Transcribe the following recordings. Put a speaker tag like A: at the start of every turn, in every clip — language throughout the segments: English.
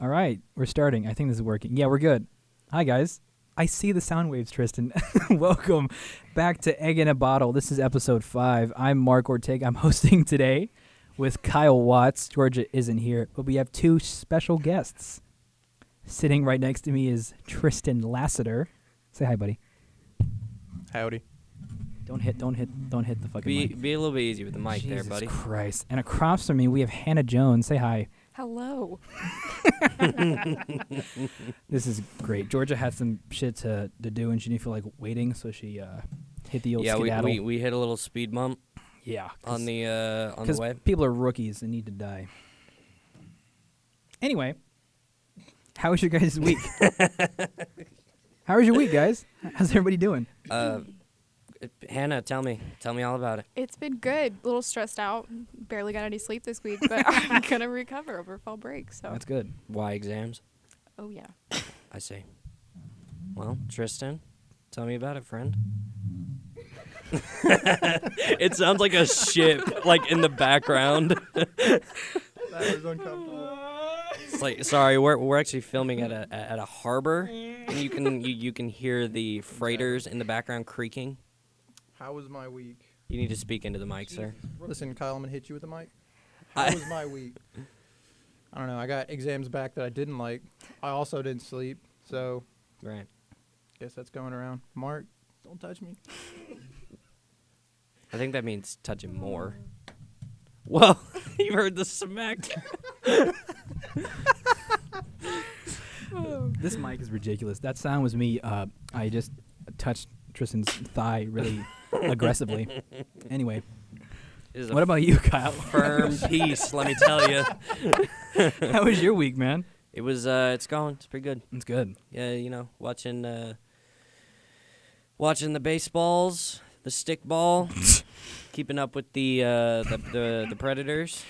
A: All right, we're starting. I think this is working. Yeah, we're good. Hi, guys. I see the sound waves, Tristan. Welcome back to Egg in a Bottle. This is episode five. I'm Mark Ortega. I'm hosting today with Kyle Watts. Georgia isn't here, but we have two special guests. Sitting right next to me is Tristan Lassiter. Say hi, buddy.
B: Howdy.
A: Don't hit, don't hit, don't hit the fucking
C: Be
A: mic.
C: be a little bit easy with the mic
A: Jesus
C: there, buddy.
A: Christ. And across from me, we have Hannah Jones. Say hi.
D: Hello.
A: This is great. Georgia had some shit to, to do, and she didn't feel like waiting, so she uh, hit the old
C: Yeah, we,
A: skedaddle.
C: we we hit a little speed bump
A: yeah,
C: on the uh on the
A: because
C: way.
A: people are rookies and need to die. Anyway, how was your guys' week? how was your week, guys? How's everybody doing?
C: Uh, Hannah, tell me, tell me all about it.
D: It's been good. A little stressed out. Barely got any sleep this week, but I'm gonna recover over fall break. So.
A: That's good.
C: Why exams?
D: Oh yeah.
C: I see. Well, Tristan, tell me about it, friend. it sounds like a ship, like in the background.
B: That was uncomfortable.
C: It's like, sorry, we're, we're actually filming at a at a harbor, and you can you, you can hear the freighters in the background creaking.
B: How was my week?
C: You need to speak into the mic, sir.
B: Listen, Kyle, I'm gonna hit you with the mic. How
C: I-
B: was my week? I don't know. I got exams back that I didn't like. I also didn't sleep, so
C: Right.
B: guess that's going around. Mark, don't touch me.
C: I think that means touching more. Whoa! you heard the smack.
A: This mic is ridiculous. That sound was me. Uh, I just touched Tristan's thigh really aggressively. Anyway,
C: It is a
A: what about you, Kyle?
C: firm piece? Let me tell you,
A: how was your week, man?
C: it was. Uh, it's going. It's pretty good.
A: It's good.
C: Yeah, you know, watching, uh, watching the baseballs, the stick ball, keeping up with the uh, the, the the predators,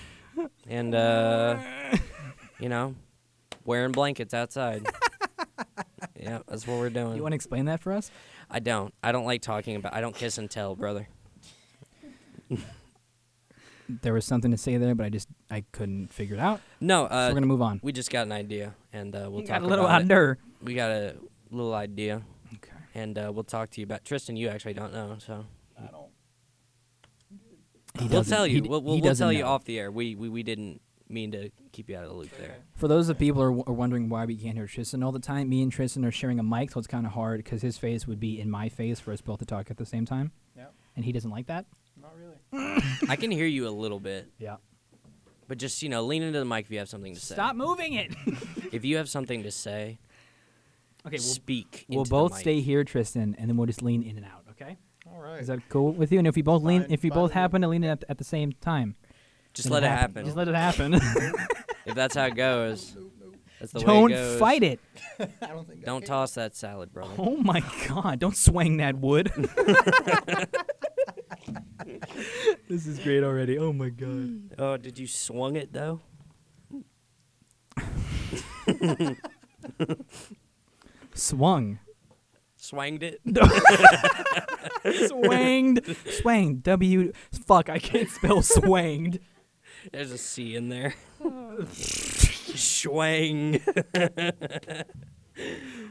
C: and uh, you know, wearing blankets outside. yeah, that's what we're doing.
A: You want to explain that for us?
C: I don't. I don't like talking about. I don't kiss and tell, brother.
A: there was something to say there, but I just I couldn't figure it out.
C: No,
A: so
C: uh,
A: we're gonna move on.
C: We just got an idea, and uh, we'll
A: You
C: talk
A: got a little
C: about it.
A: under.
C: We got a little idea,
A: Okay.
C: and uh, we'll talk to you about Tristan. You actually don't know, so
B: I don't.
C: we'll
A: doesn't-
C: tell
A: he
C: you.
A: d-
C: we'll
A: he
C: we'll, we'll
A: doesn't
C: tell you
A: know.
C: off the air. We we, we didn't mean to keep you out of the loop there.
A: For those of people who are, w- are wondering why we can't hear Tristan all the time, me and Tristan are sharing a mic, so it's kind of hard because his face would be in my face for us both to talk at the same time,
B: Yeah,
A: and he doesn't like that.
B: not really.
C: I can hear you a little bit,
A: Yeah.
C: but just you know, lean into the mic if you have something to say.
A: Stop moving it.
C: If you have something to say,
A: okay, we'll,
C: speak.
A: we'll
C: into the
A: both
C: mic.
A: stay here, Tristan, and then we'll just lean in and out. Okay.
B: All right.
A: Is that cool with you? And if you both lean,
B: Fine-
A: if you
B: fine
A: both
B: with me.
A: happen to lean in at, at the same time,
C: Just
A: then
C: let it happen.
A: Just let it happen.
C: if that's how it goes,
B: Nope, nope.
C: that's the
A: Don't
C: way it goes.
A: fight it.
B: I don't think.
C: Don't toss that salad, brother.
A: Oh my god, don't swing that wood. this is great already. Oh my god.
C: Oh, did you swung it though?
A: Swung.
C: Swanged it.
A: Swanged. Swanged. W fuck, I can't spell swanged.
C: There's a C in there. Schwang.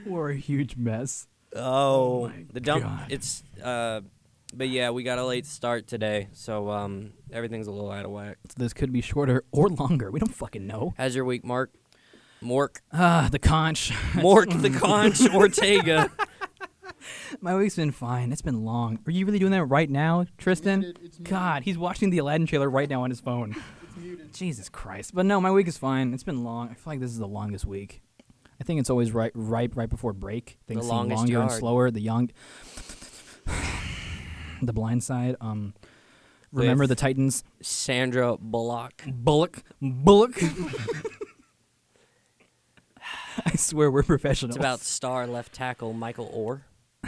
A: We're a huge mess.
C: Oh, the dump.
A: God.
C: It's uh, but yeah, we got a late start today, so um, everything's a little out of whack.
A: So this could be shorter or longer. We don't fucking know.
C: How's your week, Mark? Mork,
A: Ah, the conch.
C: Mork the Conch Ortega.
A: My week's been fine. It's been long. Are you really doing that right now, Tristan?
B: muted. It's muted.
A: God, he's watching the Aladdin trailer right now on his phone.
B: It's muted.
A: Jesus Christ. But no, my week is fine. It's been long. I feel like this is the longest week. I think it's always right right right before break. Things
C: The
A: seem
C: longest
A: longer and
C: yard.
A: slower. The young The blind side. Um Remember
C: With-
A: the Titans.
C: Sandra Bullock.
A: Bullock. Bullock. I swear we're professionals.
C: It's about star left tackle Michael Orr.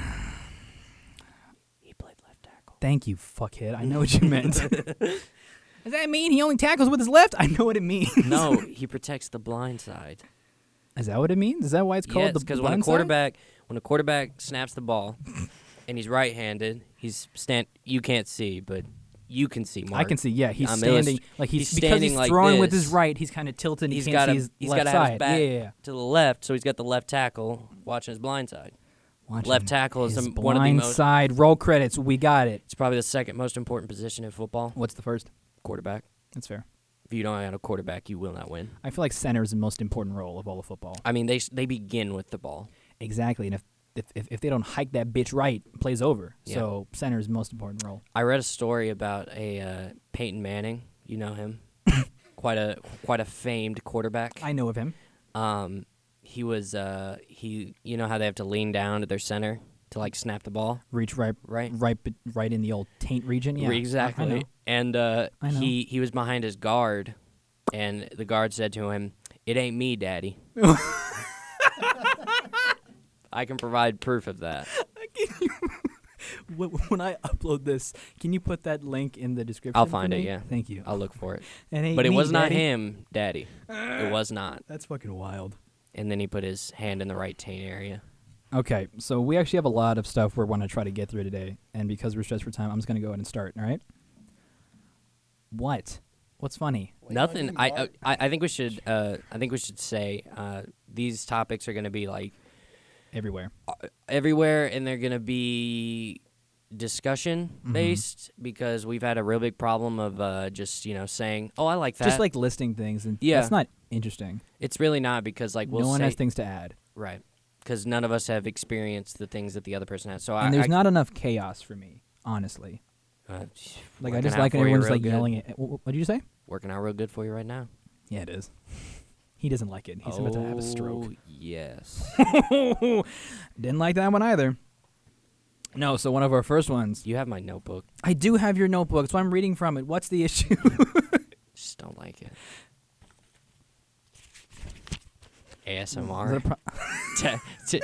C: He played left tackle.
A: Thank you, fuckhead. I know what you meant. Does that mean he only tackles with his left? I know what it means.
C: No, he protects the blind side.
A: Is that what it means? Is that why it's called the
C: because when a
A: blind side?
C: quarterback when a quarterback snaps the ball and he's right-handed, he's stand you can't see, but you can see
A: I
C: Mark.
A: can see. Yeah, he's
C: I'm
A: standing
C: illust-
A: like he's,
C: he's
A: because
C: standing
A: he's
C: like
A: throwing with
C: this.
A: his right. He's kind of tilted. and
C: He's
A: you
C: got
A: can't
C: to
A: see his
C: he's
A: left
C: got to have
A: side.
C: his back
A: Yeah, yeah, yeah.
C: to the left, so he's got the left tackle watching his blind side.
A: Watch
C: Left
A: him.
C: tackle is
A: His
C: um, one of the
A: blind
C: most.
A: side roll credits. We got it.
C: It's probably the second most important position in football.
A: What's the first?
C: Quarterback.
A: That's fair.
C: If you don't have a quarterback, you will not win.
A: I feel like center is the most important role of all of football.
C: I mean, they s- they begin with the ball.
A: Exactly, and if if, if, if they don't hike that bitch right, plays over.
C: Yeah.
A: So center is the most important role.
C: I read a story about a uh, Peyton Manning. You know him, quite a quite a famed quarterback.
A: I know of him.
C: Um, he was uh, he. You know how they have to lean down to their center to like snap the ball,
A: Reach right,
C: right?
A: right, be- right in the old taint region. Yeah, I- I
C: Exactly.
A: know.
C: And uh,
A: I know.
C: he he was behind his guard, and the guard said to him, "It ain't me, Daddy." I can provide proof of that.
A: Wh- wh- When I upload this, can you put that link in the description?
C: I'll
A: for
C: find it,
A: me?
C: yeah.
A: Thank you.
C: I'll look for it.
A: And ain't
C: But it
A: me,
C: was not
A: daddy.
C: him, Daddy. It was not.
A: That's fucking wild.
C: And then he put his hand in the right taint area.
A: Okay, so we actually have a lot of stuff we're want to try to get through today, and because we're stressed for time, I'm just gonna go ahead and start. All right. What? What's funny?
C: Nothing. I, I I think we should. Uh, I think we should say uh, these topics are going to be like
A: Everywhere.
C: everywhere, and they're going to be discussion
A: Mm-hmm.
C: based because we've had a real big problem of uh, just you know saying, "Oh, I like that."
A: Just like listing things, and
C: Yeah.
A: it's not interesting.
C: it's really not because like we'll
A: no one
C: say
A: has things to add,
C: right because none of us have experienced the things that the other person has. So I,
A: and there's
C: I,
A: not enough chaos for me, honestly.
C: uh,
A: Like I
C: working
A: just
C: out
A: like
C: for
A: when
C: you
A: everyone's
C: real
A: like
C: good.
A: yelling. At, what, what did you say?
C: Working out real good for you right now.
A: Yeah, it is. He doesn't like it. He's about to have a stroke.
C: Oh, Yes.
A: Didn't like that one either. No, so one of our first ones.
C: you have my notebook.
A: I do have your notebook, so I'm reading from it. What's the issue?
C: Just don't like it.
A: Is it a
C: ASMR.
A: pro-
C: tap, t-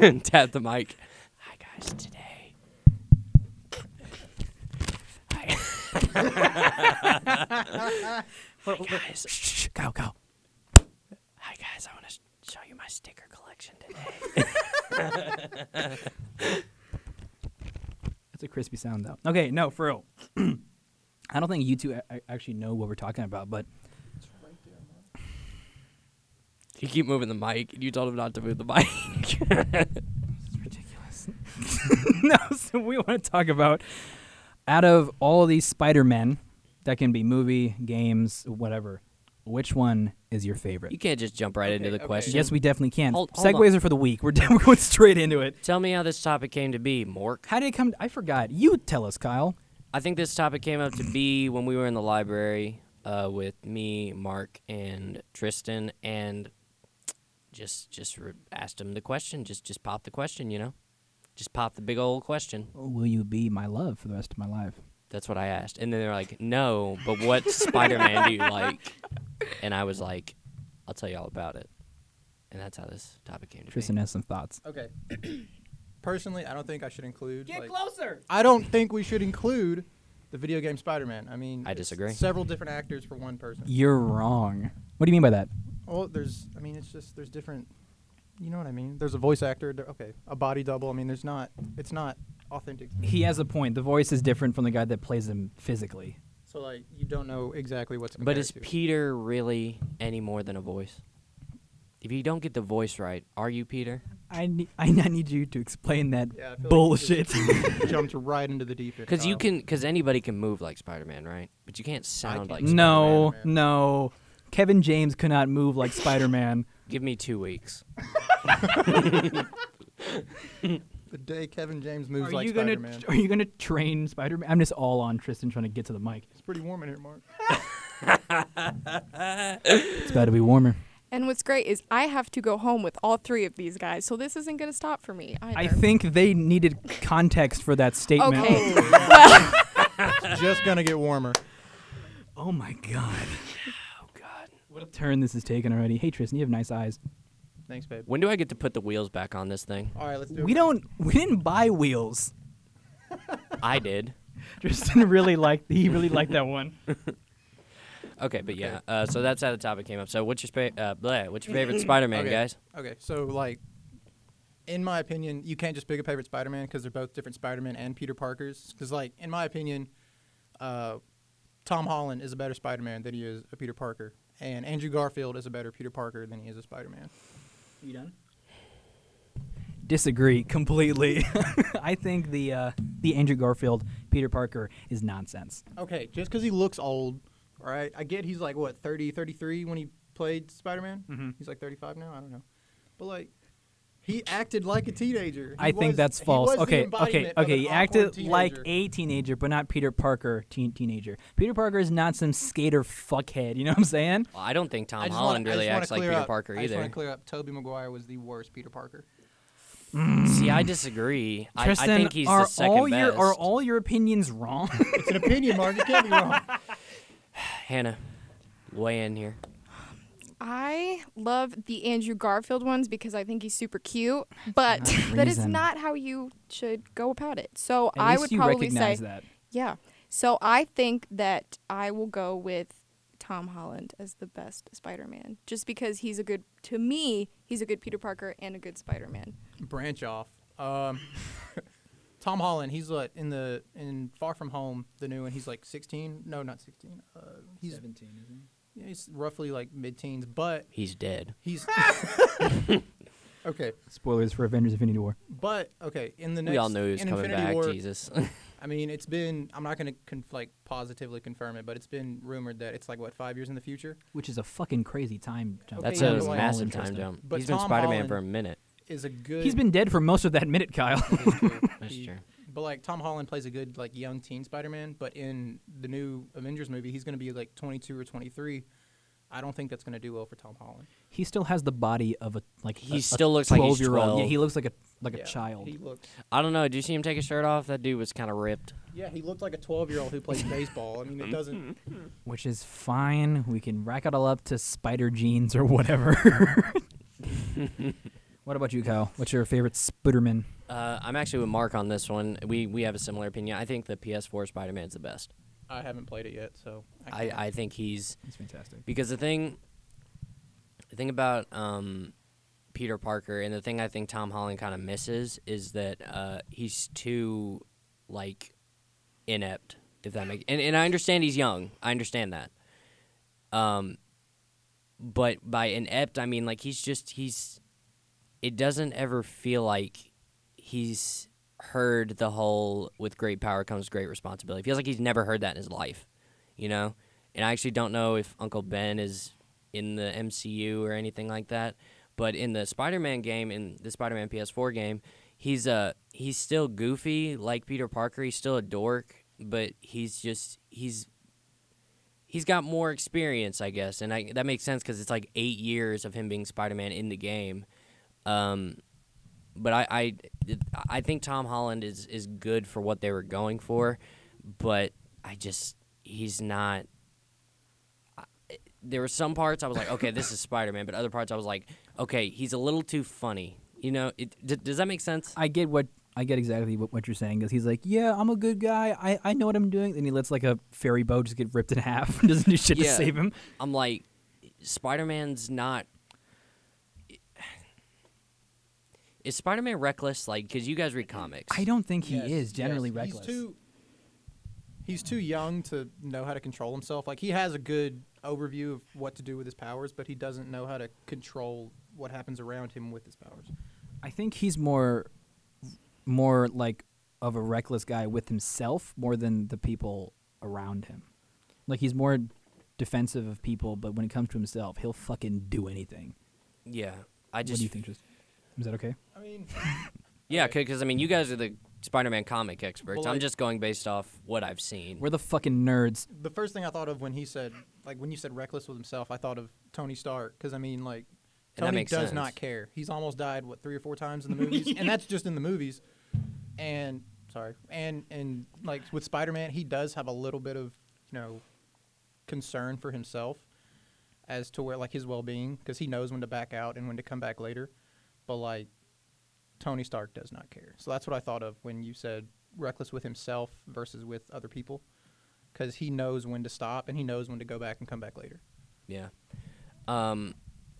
C: t- tap the mic. Hi guys, today. Hi guys.
A: Shh, go, go.
C: Hi guys, I want to show you my sticker collection today.
A: That's a crispy sound, though. Okay, no, for real. I don't think you two a- a- actually know what we're talking about, but
C: You keep moving the mic. You told him not to move the mic.
A: It's ridiculous. no, so we want to talk about out of all these Spider Men that can be movie, games, whatever. Which one is your favorite?
C: you can't just jump right into
B: Okay,
C: the
B: okay.
C: question.
A: yes, we definitely can.
C: Hold- hold
A: Segways are for the weak. We're, we're going straight into it.
C: Tell me how this topic came to be, Mork.
A: How did it come? I forgot. You tell us, Kyle.
C: I think this topic came up to be when we were in the library uh, with me, Mark, and Tristan, and just just re- asked him the question. Just just pop the question, you know, just pop the big old question.
A: Oh, Will you be my love for the rest of my life?
C: That's what I asked, and then they're like, "No, but what Spider-Man do you like?" And I was like, "I'll tell you all about it." And that's how this topic came to
A: Tristan has some thoughts.
B: Okay. Personally, I don't think I should include. like-
C: closer.
B: I don't think we should include the video game Spider-Man. I mean,
C: I
B: it's
C: disagree.
B: Several different actors for one person.
A: You're wrong. What do you mean by that?
B: Well, there's. I mean, it's just there's different. You know what I mean? There's a voice actor. there- Okay, a body double. I mean, there's not. It's not authentic. to me.
A: He has a point. The voice is different from the guy that plays him physically.
B: So like, you don't know exactly what's.
C: But
B: compared
C: is
B: to.
C: Peter really any more than a voice? If you don't get the voice right, are you Peter?
A: I need, I need you to explain that
B: Yeah, I feel like you
A: bullshit.
B: jumped right into the deep end.
C: Because you
B: Kyle.
C: can, because anybody can move like Spider-Man, right? But you can't sound
B: can-
C: like. Spider-
A: no,
B: Spider-Man, man.
A: no. Kevin James could not move like Spider Man.
C: Give me two weeks.
B: The day Kevin James moves
A: are
B: like
A: you gonna
B: Spider-Man.
A: Are you gonna train Spider Man? I'm just all on Tristan trying to get to the mic.
B: It's pretty warm in here, Mark.
A: It's about to be warmer.
D: And what's great is I have to go home with all three of these guys, so this isn't going to stop for me. Either.
A: I think they needed context for that statement.
D: Okay.
B: It's just gonna get warmer.
A: Oh my god.
C: Oh God.
A: What a turn this is taking already. Hey Tristan, you have nice eyes.
B: Thanks, babe.
C: When do I get to put the wheels back on this thing?
B: All right, let's do it.
A: We don't we didn't buy wheels.
C: I did.
A: Tristan really liked he really liked that one.
C: Okay, but yeah. Uh, so that's how the topic came up. So what's your spa- uh, bleh, what's your favorite Spider-Man,
B: Okay.
C: guys?
B: Okay, so like, in my opinion, you can't just pick a favorite Spider-Man because they're both different Spider-Man and Peter Parkers. Because like, in my opinion, uh, Tom Holland is a better Spider-Man than he is a Peter Parker, and Andrew Garfield is a better Peter Parker than he is a Spider-Man.
A: You done? Disagree completely. I think the uh, the Andrew Garfield Peter Parker is nonsense.
B: Okay, just because he looks old, all right? I get he's like, what, 30, 33 when he played Spider Man?
A: Mhm.
B: He's like 35 now? I don't know. But, like, he acted like a teenager. He
A: I think
B: was-
A: that's
B: he
A: false.
B: was the
A: Okay, okay,
B: embodiment of
A: okay.
B: an
A: He
B: awkward
A: acted like
B: teenager.
A: a teenager, but not Peter Parker teen teenager. Peter Parker is not some skater fuckhead. You know what I'm saying?
C: Well, I don't think
B: I
C: Tom
B: just wanna-
C: Um, Holland
B: I
C: really
B: just wanna
C: acts like
B: clear
C: Peter
B: up-
C: Parker
B: I just
C: either.
B: want to clear up. Tobey Maguire was the worst Peter Parker.
C: See, I disagree. I, I
A: Tristan,
C: think he's
A: are
C: the second
A: all
C: best.
A: your are all your opinions wrong?
B: It's an opinion, Mark. You can't be wrong.
C: Hannah, weigh in here.
D: I love the Andrew Garfield ones because I think he's super cute, but that is
A: reason.
D: not how you should go about it. So
A: At
D: I
A: least
D: would
A: you
D: probably say,
A: recognize that.
D: yeah. So I think that I will go with Tom Holland as the best Spider-Man, just because he's a good to me. He's a good Peter Parker and a good Spider-Man.
B: branch off. Um, Tom Holland, he's like in the in Far From Home, the new one. He's like 16. No, not 16. Uh, he's
A: 17, isn't
B: yeah, he's roughly like mid-teens, but
C: He's dead.
B: he's okay.
A: Spoilers for Avengers: Infinity War.
B: But okay, in the next
C: we all knew he was
B: in
C: coming
B: Infinity
C: back.
B: War,
C: Jesus.
B: I mean, it's been. I'm not gonna conf- like positively confirm it, but it's been rumored that it's like what five years in the future
A: Which is a fucking crazy time jump.
C: That's
B: Okay,
C: a
B: number one.
C: massive
A: Interesting.
C: time jump.
B: But
C: he's been
B: Tom
C: Spider-Man
B: Holland-
C: for a minute.
B: is a good.
A: He's been dead for most of that minute, Kyle.
B: That's true.
C: That's
B: He-
C: true.
B: But like Tom Holland plays a good like young teen Spider-Man, but in the new Avengers movie, he's going to be like 22 or 23. I don't think that's going to do well for Tom Holland.
A: he still has the body of a like.
C: He
A: a- a
C: still looks like he's
A: 12-year-old. Yeah,
C: 12.
A: he looks like a like
B: Yeah,
A: a child.
B: He looks.
C: I don't know. Did you see him take his shirt off? That dude was kind of ripped.
B: Yeah, he looked like a 12-year-old who plays baseball. I mean, it doesn't.
A: which is fine. We can rack it all up to spider jeans or whatever. what about you, Kyle? What's your favorite Spiderman?
C: Uh, I'm actually with Mark on this one. We we have a similar opinion. I think the PS4 Spider-Man's the best.
B: I haven't played it yet, so.
C: I,
B: can't-
C: I think he's
A: He's fantastic.
C: because the thing the thing about um, Peter Parker and the thing I think Tom Holland kind of misses is that uh, he's too like inept if that makes and, and I understand he's young I understand that um but by inept I mean like he's just he's it doesn't ever feel like he's heard the whole with great power comes great responsibility. It feels like he's never heard that in his life, you know? And I actually don't know if Uncle Ben is in the MCU or anything like that, but in the Spider-Man game in the Spider-Man PS4 game, he's uh he's still goofy like Peter Parker, he's still a dork, but he's just he's he's got more experience, I guess, and I, that makes sense because it's like eight years of him being Spider-Man in the game. Um, but I, I, I think Tom Holland is is good for what they were going for, but I just he's not. I- There were some parts I was like, okay, this is Spider Man, but other parts I was like, okay, he's a little too funny. You know, it, d- does that make sense?
A: I get what I get exactly what, what you're saying because he's like, yeah, I'm a good guy. I, I know what I'm doing. Then he lets like a ferry boat just get ripped in half and doesn't do shit to
C: Yeah.
A: save him.
C: I'm like, Spider Man's not. Is Spider Man reckless? Like, because you guys read comics.
A: I don't think he
B: Yes,
A: is generally
B: yes.
A: reckless.
B: He's too, he's too young to know how to control himself. Like he has a good overview of what to do with his powers, but he doesn't know how to control what happens around him with his powers.
A: I think he's more, more like of a reckless guy with himself more than the people around him. Like he's more defensive of people, but when it comes to himself, he'll fucking do anything.
C: Yeah, I
A: what
C: just
A: do you think? Just is that okay?
B: I mean,
C: Yeah, because I mean, you guys are the Spider-Man comic experts.
B: Well,
C: I'm
B: like-
C: just going based off what I've seen.
A: We're the fucking nerds.
B: the first thing I thought of when he said, like, when you said reckless with himself, I thought of Tony Stark because I mean, like,
C: And that
B: Tony
C: makes
B: does
C: sense.
B: not care. He's almost died what three or four times in the movies, and that's just in the movies. And sorry, and and like with Spider Man, he does have a little bit of you know concern for himself as to where like his well being because he knows when to back out and when to come back later, but like Tony Stark does not care. So that's what I thought of when you said reckless with himself versus with other people because he knows when to stop and he knows when to go back and come back later.
C: Yeah. Um,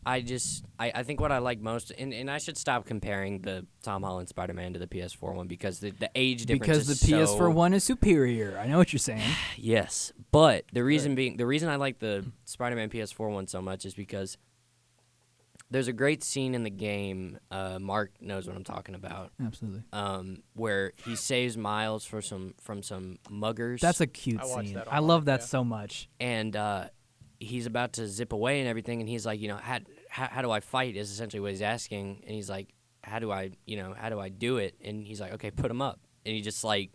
C: I just I, I think what I like most and, and I should stop comparing the Tom Holland Spider Man to the PS4 one because the, the age difference
A: because the
C: is
A: PS4
C: so-
A: one is superior. I know what you're saying.
C: Yes, but the reason being the reason I like the Spider-Man PS4 one so much is because there's a great scene in the game. Uh, Mark knows what I'm talking about,
A: Absolutely.
C: um, where he saves Miles for some from some muggers.
A: That's a cute
B: I watched
A: scene.
B: that
A: I
B: online,
A: love that
B: yeah.
A: so much.
C: and uh, he's about to zip away and everything, and he's like, you know, how, how how do I fight? Is essentially what he's asking, and he's like, how do I, you know, how do I do it? And he's like, okay, put him up, and he just like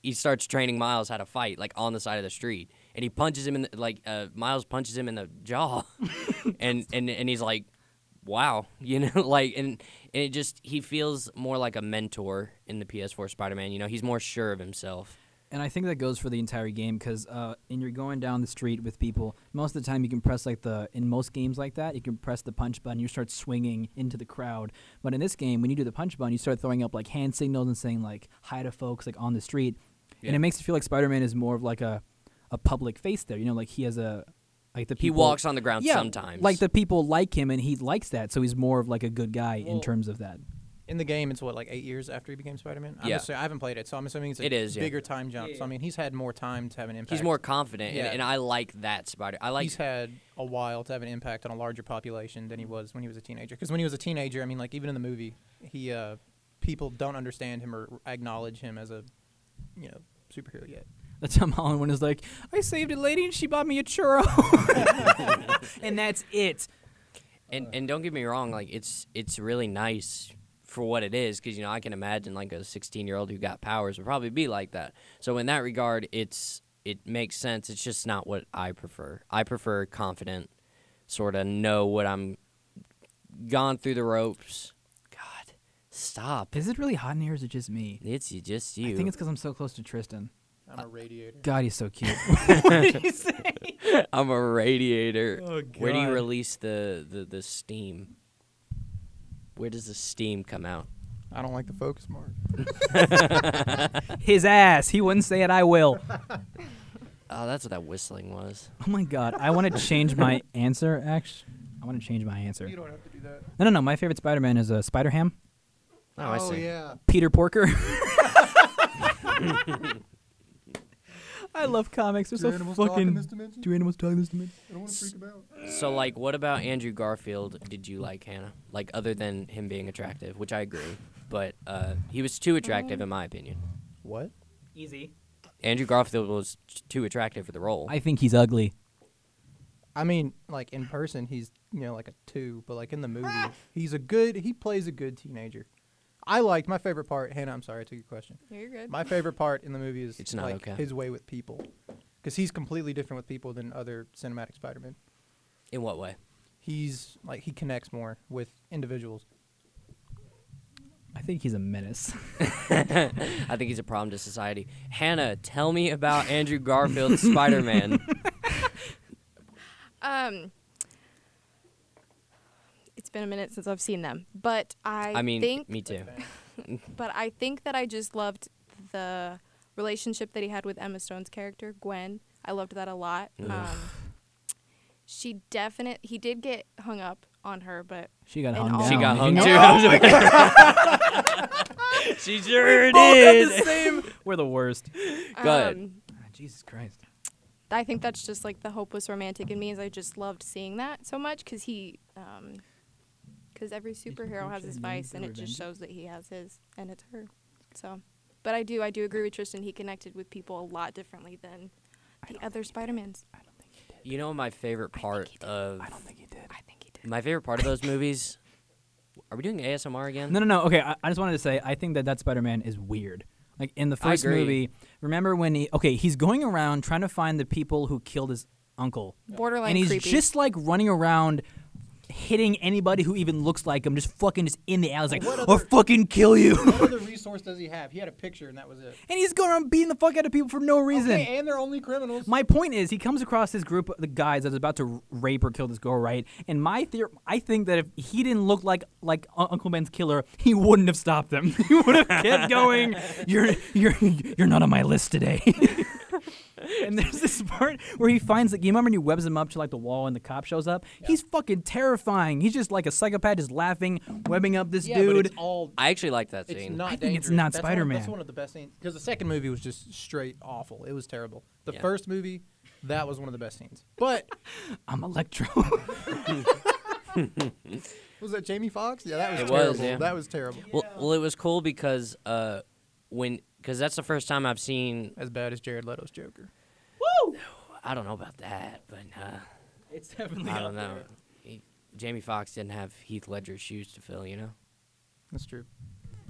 C: he starts training Miles how to fight, like on the side of the street, and he punches him in the, like uh, Miles punches him in the jaw, and and and he's like, wow, you know, like and and it just he feels more like a mentor in the PS4 Spider-Man. You know, he's more sure of himself.
A: And I think that goes for the entire game because uh, and you're going down the street with people. Most of the time, you can press like the in most games like that, you can press the punch button. You start swinging into the crowd. But in this game, when you do the punch button, you start throwing up like hand signals and saying like hi to folks like on the street, and
C: Yeah.
A: it makes it feel like Spider-Man is more of like a a public face there. You know, like he has a like the people,
C: he walks on the ground
A: yeah,
C: sometimes,
A: Like the people like him and he likes that, so he's more of like a good guy in
B: Well-
A: terms of that.
B: in the game, it's what like eight years after he became Spider-Man. I'm
C: Yeah.
B: assu- I haven't played it, so I'm assuming it's a
C: It is, yeah.
B: bigger time jump. So I mean, he's had more time to have an impact.
C: He's more confident,
B: Yeah.
C: and, and I like that Spider. I like
B: he's had a while to have an impact on a larger population than he was when he was a teenager. Because when he was a teenager, I mean, like even in the movie, he uh, people don't understand him or acknowledge him as a you know superhero yet.
A: The Tom Holland one is like, I saved a lady and she bought me a churro. and that's it.
C: and
A: uh,
C: and don't get me wrong, like it's it's really nice for what it is because you know I can imagine like a 16 year old who got powers would probably be like that. So in that regard, it's it makes sense. It's just not what I prefer. I prefer confident, sort of know what I'm gone through the ropes. God, stop!
A: Is it really hot in here or is it just me?
C: It's you, just
A: I
C: you.
A: think it's because I'm so close to Tristan.
B: I'm a radiator.
A: God, he's so cute.
C: I'm a radiator. Where do you
A: God.
C: release the, the, the steam? Where does the steam come out?
B: I don't like the focus mark.
A: His ass. He wouldn't say it, I will.
C: Oh, that's what that whistling was.
A: Oh my God. I want to change my answer, actually. I want to change my answer.
B: You don't have to do that.
A: No, no, no. My favorite Spider Man is uh, Spider Ham,
C: Oh, I see.
B: yeah.
A: Peter Porker. I love comics. They're so fucking.
B: dimension?
A: Do animals talk this to me?
B: I don't want to freak them out.
C: So, like, what about Andrew Garfield? Did you like Hannah? Like, other than him being attractive, which I agree, but uh, he was too attractive in my opinion.
B: What?
A: Easy.
C: Andrew Garfield was t- too attractive for the role.
A: I think he's ugly.
B: I mean, like in person, he's you know like a two, but like in the movie, he's a good. He plays a good teenager. I liked my favorite part. Hannah, I'm sorry, I took your question.
D: Yeah, you're good.
B: My favorite part in the movie is
C: It's not
B: like
C: okay.
B: his way with people, because he's completely different with people than other cinematic Spider-Man.
C: in what way?
B: He's like he connects more with individuals.
A: I think he's a menace.
C: I think he's a problem to society. Hannah, tell me about Andrew Garfield's Spider Man.
D: Um, it's been a minute since I've seen them, but I,
C: I mean,
D: think,
C: me too.
D: but I think that I just loved the relationship that he had with Emma Stone's character Gwen. I loved that a lot.
C: Ugh.
D: Um, she definite. He did get hung up on her, but
A: She got
D: And
A: hung
D: all-
A: down.
C: She got
A: You
C: hung
A: know-
C: too. she sure did.
A: We're the worst.
C: Good.
D: um,
A: Jesus Christ.
D: I think that's just like the hopeless romantic in me is I just loved seeing that so much because he, because every superhero has his
A: Redemption,
D: vice and
A: the
D: it just
A: revenge.
D: shows that he has his and it's her. So, but I do I do agree with Tristan. He connected with people a lot differently than the other Spider Mans.
A: I don't think he did.
C: You know my favorite part
D: he did.
C: of
A: I don't think he did.
D: I think he did.
C: my favorite part of those movies. Are we doing ASMR again?
A: No, no, no. Okay, I, I just wanted to say I think that that Spider-Man is weird. Like in the
C: I
A: first
C: agree.
A: movie, remember when he? Okay, he's going around trying to find the people who killed his uncle,
D: Borderline
A: and he's
D: creepy.
A: just like running around. Hitting anybody who even looks like him, just fucking just in the alley, like,
B: What
A: or
B: other-
A: fucking kill you.
B: What other resource does he have? He had a picture, and that was it.
A: and he's going around beating the fuck out of people for no reason.
B: Okay, and they're only criminals.
A: My point is, he comes across this group of the guys that's about to r- rape or kill this girl, right? And my theory, I think that if he didn't look like like Un- Uncle Ben's killer, he wouldn't have stopped them. he would have kept going. You're you're you're not on my list today. and there's this part where he finds like you remember when he webs him up to like the wall and the cop shows up. He's fucking terrifying. He's just like a psychopath, just laughing, webbing up this
B: yeah,
A: dude.
B: but it's all.
C: I actually like that
B: It's
C: scene.
B: not.
A: I think it's
B: dangerous.
A: not
B: That's one- That's
A: Spider-Man.
B: one of the best scenes because the second movie was just straight awful. It was terrible. The
C: Yeah.
B: first movie, that was one of the best scenes. But
A: I'm Electro.
B: was that Jamie Foxx? Yeah, that was
C: It
B: terrible.
C: was, yeah.
B: That was terrible.
C: well, well, it was cool because uh, when because that's the first time I've seen.
B: As bad as Jared Leto's Joker.
C: I don't know about that, but uh,
A: it's definitely.
C: I don't know. He, Jamie Foxx didn't have Heath Ledger's shoes to fill, you know.
B: That's true.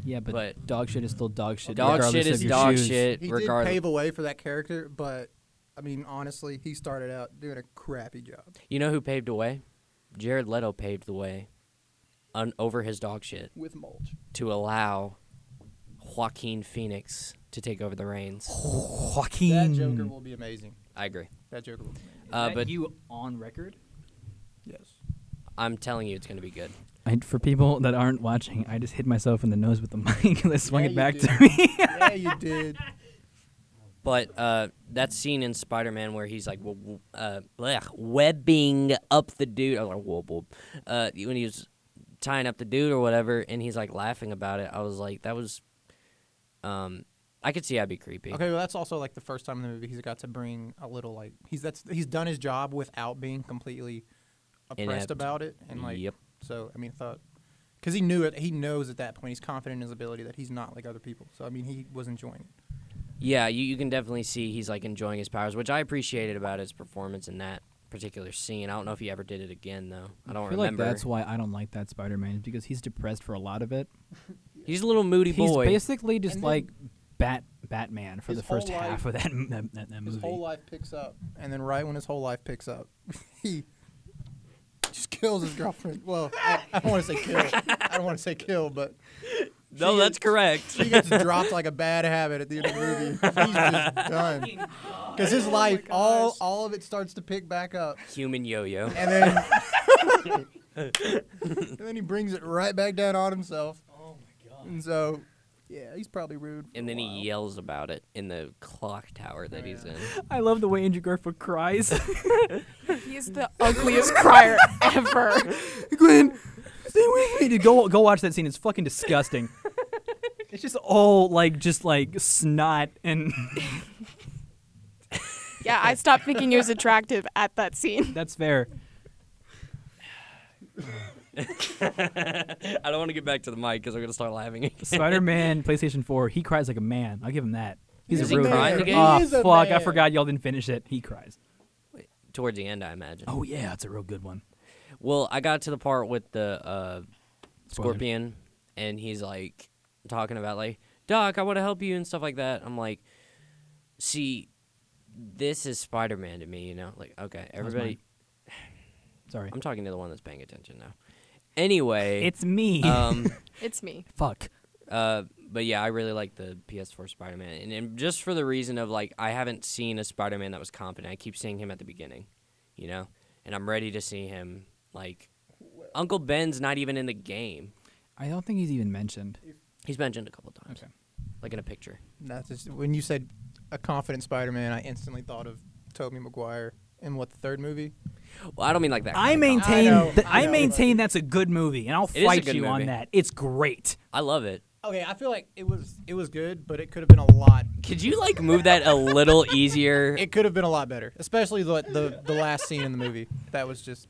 A: Yeah, but,
C: But-
A: dog shit is still dog shit.
C: Dog
A: regardless
C: shit
A: of
C: is
A: your
C: dog
A: shoes.
C: shit,
B: He did
C: regardless.
B: pave a way for that character, but I mean, honestly, he started out doing a crappy job.
C: you know who paved the way? Jared Leto paved the way, un- over his dog shit,
B: with mulch.
C: to allow Joaquin Phoenix to take over the reins.
A: Joaquin.
B: That Joker
C: Mm.
B: will be amazing.
C: I agree.
B: That Joker will be amazing.
C: Uh, but
A: you on record?
B: Yes.
C: I'm telling you, it's gonna be good.
A: I, for people that aren't watching, I just hit myself in the nose with the mic and I swung
B: Yeah,
A: it
B: you
A: back
B: did.
A: to me.
B: yeah, you did.
C: But uh, that scene in Spider-Man where he's like w- w- uh, blech, webbing up the dude, I was like whoop whoop, uh, when he was tying up the dude or whatever, and he's like laughing about it. I was like, that was, um, I could see I'd be creepy.
B: Okay, well, that's also like the first time in the movie he's got to bring a little like he's that's he's done his job without being completely oppressed
C: Inept.
B: about it, and like
C: Yep.
B: so I mean, I thought because he knew it, he knows at that point he's confident in his ability that he's not like other people. So I mean, he was enjoying it.
C: Yeah, you, you can definitely see he's like enjoying his powers, which I appreciated about his performance in that particular scene. I don't know if he ever did it again though. I don't
A: I feel like
C: remember.
A: that's why I don't like that Spider-Man is because he's depressed for a lot of it.
C: he's a little moody
A: He's
C: boy.
A: basically just
B: And then-
A: like Bat Batman for
B: His
A: the first
B: whole
A: half
B: life-
A: of that that, that, that
B: His
A: movie.
B: whole life picks up, and then right when his whole life picks up, he just kills his girlfriend. Well, I, I don't want to say kill. I don't want to say kill, but
C: no, that's correct.
B: she gets dropped like a bad habit at the end of the movie. He's just done because his life, all all of it starts to pick back up,
C: Human yo-yo.
B: and then and then he brings it right back down on himself. Oh my god! And so, yeah, he's probably rude. for
C: And
B: a
C: then
B: while.
C: he yells about it in the clock tower that he's in.
A: I love the way Andrew Garfield cries.
D: He is the ugliest crier ever.
A: Glenn, stay with me. Dude, go go watch that scene. It's fucking disgusting. it's just all like just like snot and
D: Yeah, I stopped thinking he was attractive at that scene.
A: that's fair.
C: I don't want to get back to the mic because I'm gonna start laughing. again.
A: Spider-Man PlayStation 4, he cries like a man. I'll give him that. He's
C: Does
A: a
C: he
A: real
C: cry in
A: man.
C: the game?
A: Oh
B: He is a
A: fuck, I
B: man.
A: forgot y'all didn't finish it. He cries.
C: Towards the end, I imagine.
A: Oh yeah, it's a real good one.
C: Well, I got to the part with the uh,
A: Spoiler.
C: scorpion, and he's like talking about like, Doc, I want to help you and stuff like that. I'm like, see, this is Spider Man to me, you know. Like, okay, everybody,
A: Sorry.
C: I'm talking to the one that's paying attention now. Anyway,
A: It's me.
C: um,
D: It's me.
A: fuck.
C: uh, but yeah, I really like the PS4 Spider Man, and, and just for the reason of like, I haven't seen a Spider Man that was competent. I keep seeing him at the beginning, you know, and I'm ready to see him like. Uncle Ben's not even in the game.
A: I don't think he's even mentioned.
C: He's mentioned a couple times.
A: Okay.
C: Like in a picture.
B: That's just when you said a confident Spider-Man, I instantly thought of Tobey Maguire in what the third movie?
C: Well, I don't mean like that.
A: I
C: kind of comedy.
A: maintain
B: I know,
A: that I,
B: I know.
A: maintain that's a good movie, and I'll
C: is a
A: fight
C: good
A: you on
C: movie.
A: that. It's great.
C: I love it.
B: Okay, I feel like it was it was good, but it could have been a lot.
C: Could you like move that a little easier?
B: It could have been a lot better, especially the the, the last scene in the movie. That was just,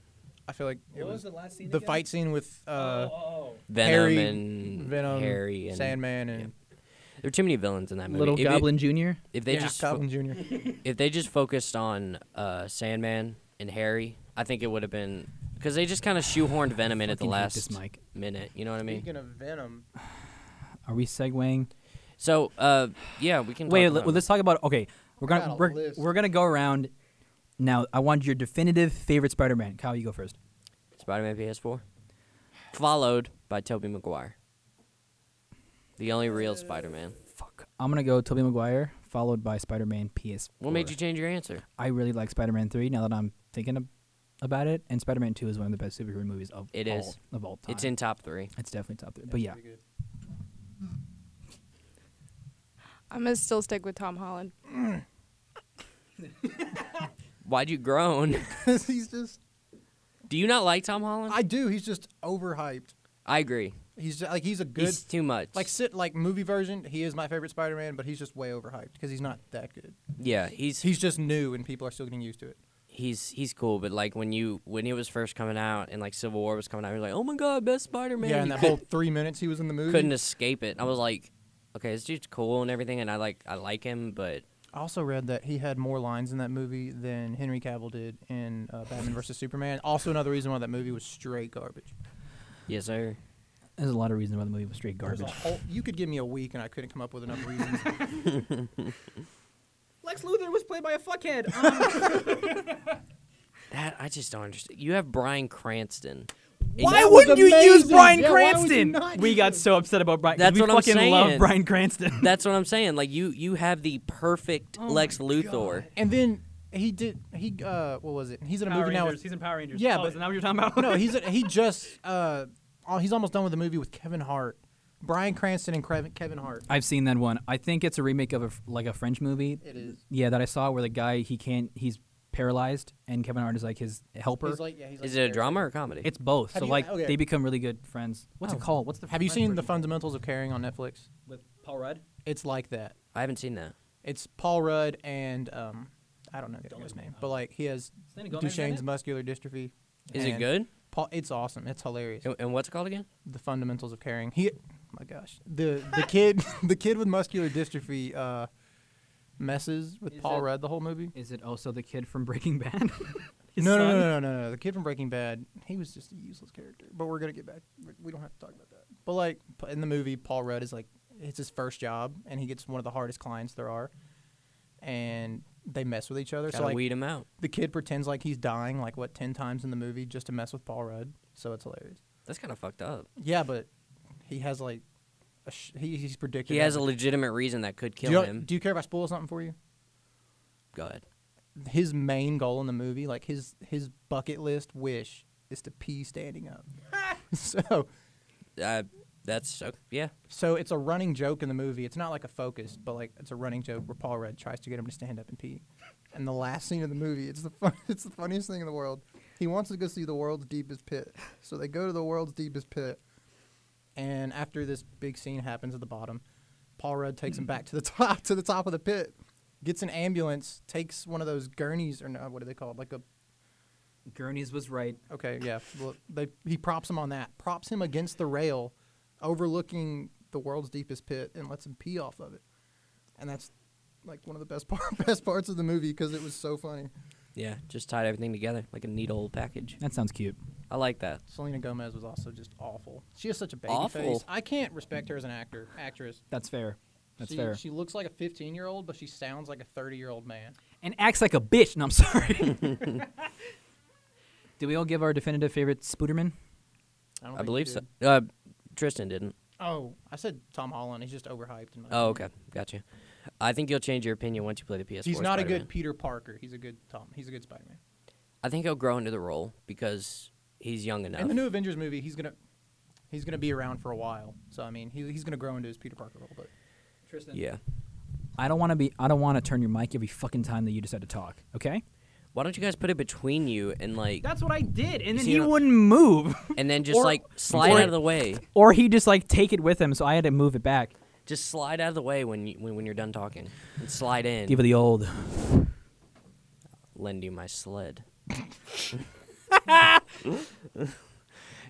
B: I feel like it was,
A: last scene?
B: the fight scene with uh,
C: Venom
B: Harry,
C: and
B: Venom,
C: Harry and
B: Sandman, and
C: There are too many villains in that movie.
A: Little
C: if it-
A: Goblin Junior.
C: if they
B: Yeah,
C: just fo-
B: Goblin Jr.
C: if they just focused on uh, Sandman and Harry, I think it would have been because they just kind of shoehorned Venom in at the
A: Fucking hate this
C: last
A: mic.
C: minute. You know what I mean?
B: Speaking of Venom,
A: Are we segueing?
C: So uh, yeah, we can.
A: Wait,
C: talk
A: let,
C: about-
A: us talk about. Okay, we're gonna
B: got a
A: we're,
B: list.
A: we're gonna go around. Now, I want your definitive favorite Spider-Man. Kyle, you go first.
C: Spider-Man PS4, followed by Tobey Maguire, the only real Spider-Man.
A: Fuck. I'm gonna go Tobey Maguire, followed by Spider-Man PS4.
C: What made you change your answer?
A: I really like Spider-Man 3. Now that I'm thinking ab- about it, and Spider-Man 2 is one of the best superhero movies of
C: It
A: all,
C: is.
A: of all time.
C: It's in top three.
A: It's definitely top three. But yeah,
D: I'm gonna still stick with Tom Holland.
C: Why'd you groan?
B: he's just.
C: Do you not like Tom Holland?
B: I do. He's just overhyped.
C: I agree.
B: He's just, like he's a good
C: He's too much.
B: like sit like movie version. He is my favorite Spider-Man, but he's just way overhyped because he's not that good.
C: yeah, he's
B: He's just new, and people are still getting used to it.
C: he's he's cool, but like when you when he was first coming out and like Civil War was coming out, he was like, oh my god, best Spider Man.
B: yeah, and that whole three minutes he was in the movie.
C: couldn't escape it. I was like, okay, this dude's cool and everything, and I like I like him, but
B: I also read that he had more lines in that movie than Henry Cavill did in uh, Batman vs Superman. Also, another reason why that movie was straight garbage.
C: yes sir.
A: There's a lot of reasons why the movie was straight
B: There was a
A: garbage.
B: whole- you could give me a week, and I couldn't come up with enough reasons.
E: Lex Luthor was played by a fuckhead. Um,
C: That I just don't understand. You have Brian Cranston. And
A: Why
C: you-
B: was
A: wouldn't you use
B: amazing.
A: Brian
B: Yeah, why would you
A: Cranston?
B: not
A: We
B: use
A: got
B: him?
A: so upset about Brian. 'cause
C: That's
A: we
C: what I'm
A: fucking love
C: saying.
A: Brian Cranston.
C: That's what I'm saying. Like you you have the perfect
B: Oh
C: Lex Luthor.
B: and then he did. He uh, what was it? He's in a
E: Power
B: movie now.
E: Rangers.
B: With,
E: He's in Power Rangers.
B: Yeah,
E: oh,
B: but-
E: is that what you're talking about?
B: no, he's he just uh, oh, he's almost done with the movie with Kevin Hart, Brian Cranston, and Krev- Kevin Hart.
A: I've seen that one. I think it's a remake of a, f- like a French movie.
B: It is.
A: Yeah, that I saw where the guy he can't he's paralyzed and Kevin Hart is like his helper.
B: He's like, yeah, he's like
C: Is it a drama or a comedy?
A: it's both.
B: Have
A: So
B: you-
A: like
B: okay.
A: they become really good friends. What's it
B: Oh.
A: called? What's the
B: Have you
A: French
B: seen the
A: version?
B: fundamentals of caring on Netflix?
E: With Paul Rudd.
B: It's like that.
C: I haven't seen that.
B: It's Paul Rudd and um, I don't know the other guy's name, but like he has
E: Selena Gomez is in
B: Duchenne's
E: it?
B: muscular dystrophy.
C: Is it
B: and
C: good?
B: Paul, it's awesome. It's hilarious.
C: And, and what's it called again?
B: the fundamentals of caring. He, oh my gosh, the the kid, the kid with muscular dystrophy, uh, messes with
A: Is
B: Paul
A: it-
B: Rudd the whole movie.
A: Is it also the kid from Breaking Bad? His
B: No, no,
A: son?
B: no, no, no, no. The kid from Breaking Bad, he was just a useless character. But we're gonna get back. we- We don't have to talk about that. But like p- in the movie, Paul Rudd is like, it's his first job, and he gets one of the hardest clients there are, and they mess with each other.
C: Gotta
B: so like,
C: weed him out.
B: the kid pretends like he's dying like what 10 times in the movie just to mess with paul rudd so it's hilarious
C: That's kind of fucked up.
B: yeah but he has like a sh- he, he's predicted
C: He has a
B: everything.
C: legitimate reason that could kill
B: do you,
C: him.
B: do you care if i spoil something for you
C: Go ahead.
B: his main goal in the movie like his his bucket list wish is to pee standing up so
C: Uh, that's uh, yeah.
B: so it's a running joke in the movie it's not like a focus but like it's a running joke where paul rudd tries to get him to stand up and pee and the last scene of the movie it's the fun, it's the funniest thing in the world he wants to go see the world's deepest pit so they go to the world's deepest pit and after this big scene happens at the bottom, Paul Rudd takes him back to the top to the top of the pit, gets an ambulance, takes one of those gurneys or no, what are they called? Like a
A: Gurneys was right.
B: okay, yeah. Well, they he props him on that, props him against the rail, overlooking the world's deepest pit, and lets him pee off of it, and that's like one of the best part, best parts of the movie because it was so funny.
C: Yeah, just tied everything together like a neat old package.
A: That sounds cute.
C: I like that.
B: Selena Gomez was also just awful. She has such a baby
C: Awful.
B: face. I can't respect her as an actor actress.
A: That's fair. That's
B: she,
A: fair.
B: She looks like a 15 year old, but she sounds like a 30 year old man.
A: and acts like a bitch. No, I'm sorry. Did we all give our definitive favorite Spooderman?
B: don't
C: I
B: think
C: believe
B: you
C: so.
B: did.
C: Uh, Tristan didn't.
B: Oh, I said Tom Holland. He's just overhyped. In my opinion.
C: Oh, okay, gotcha. I think you'll change your opinion once you play the PS4.
B: He's not a
C: Spider-Man.
B: good Peter Parker. He's a good Tom. He's a good Spider-Man.
C: I think he'll grow into the role because he's young enough.
B: In the new Avengers movie, he's gonna he's gonna be around for a while. So I mean, he, he's gonna grow into his Peter Parker role. But
E: Tristan.
C: yeah.
A: I don't want to be. I don't want to turn your mic every fucking time that you decide to talk. Okay.
C: Why don't you guys put it between you and like,
E: That's what I did, and then
C: see
E: he
C: what-
E: would.
A: wouldn't move,
C: and then just
E: or-
C: like slide
A: or-
C: out of the way.
A: or he just like take it with him. So I had to move it back.
C: Just slide out of the way when you when, when you're done talking, and slide in.
A: Give it the old.
C: lend you my sled.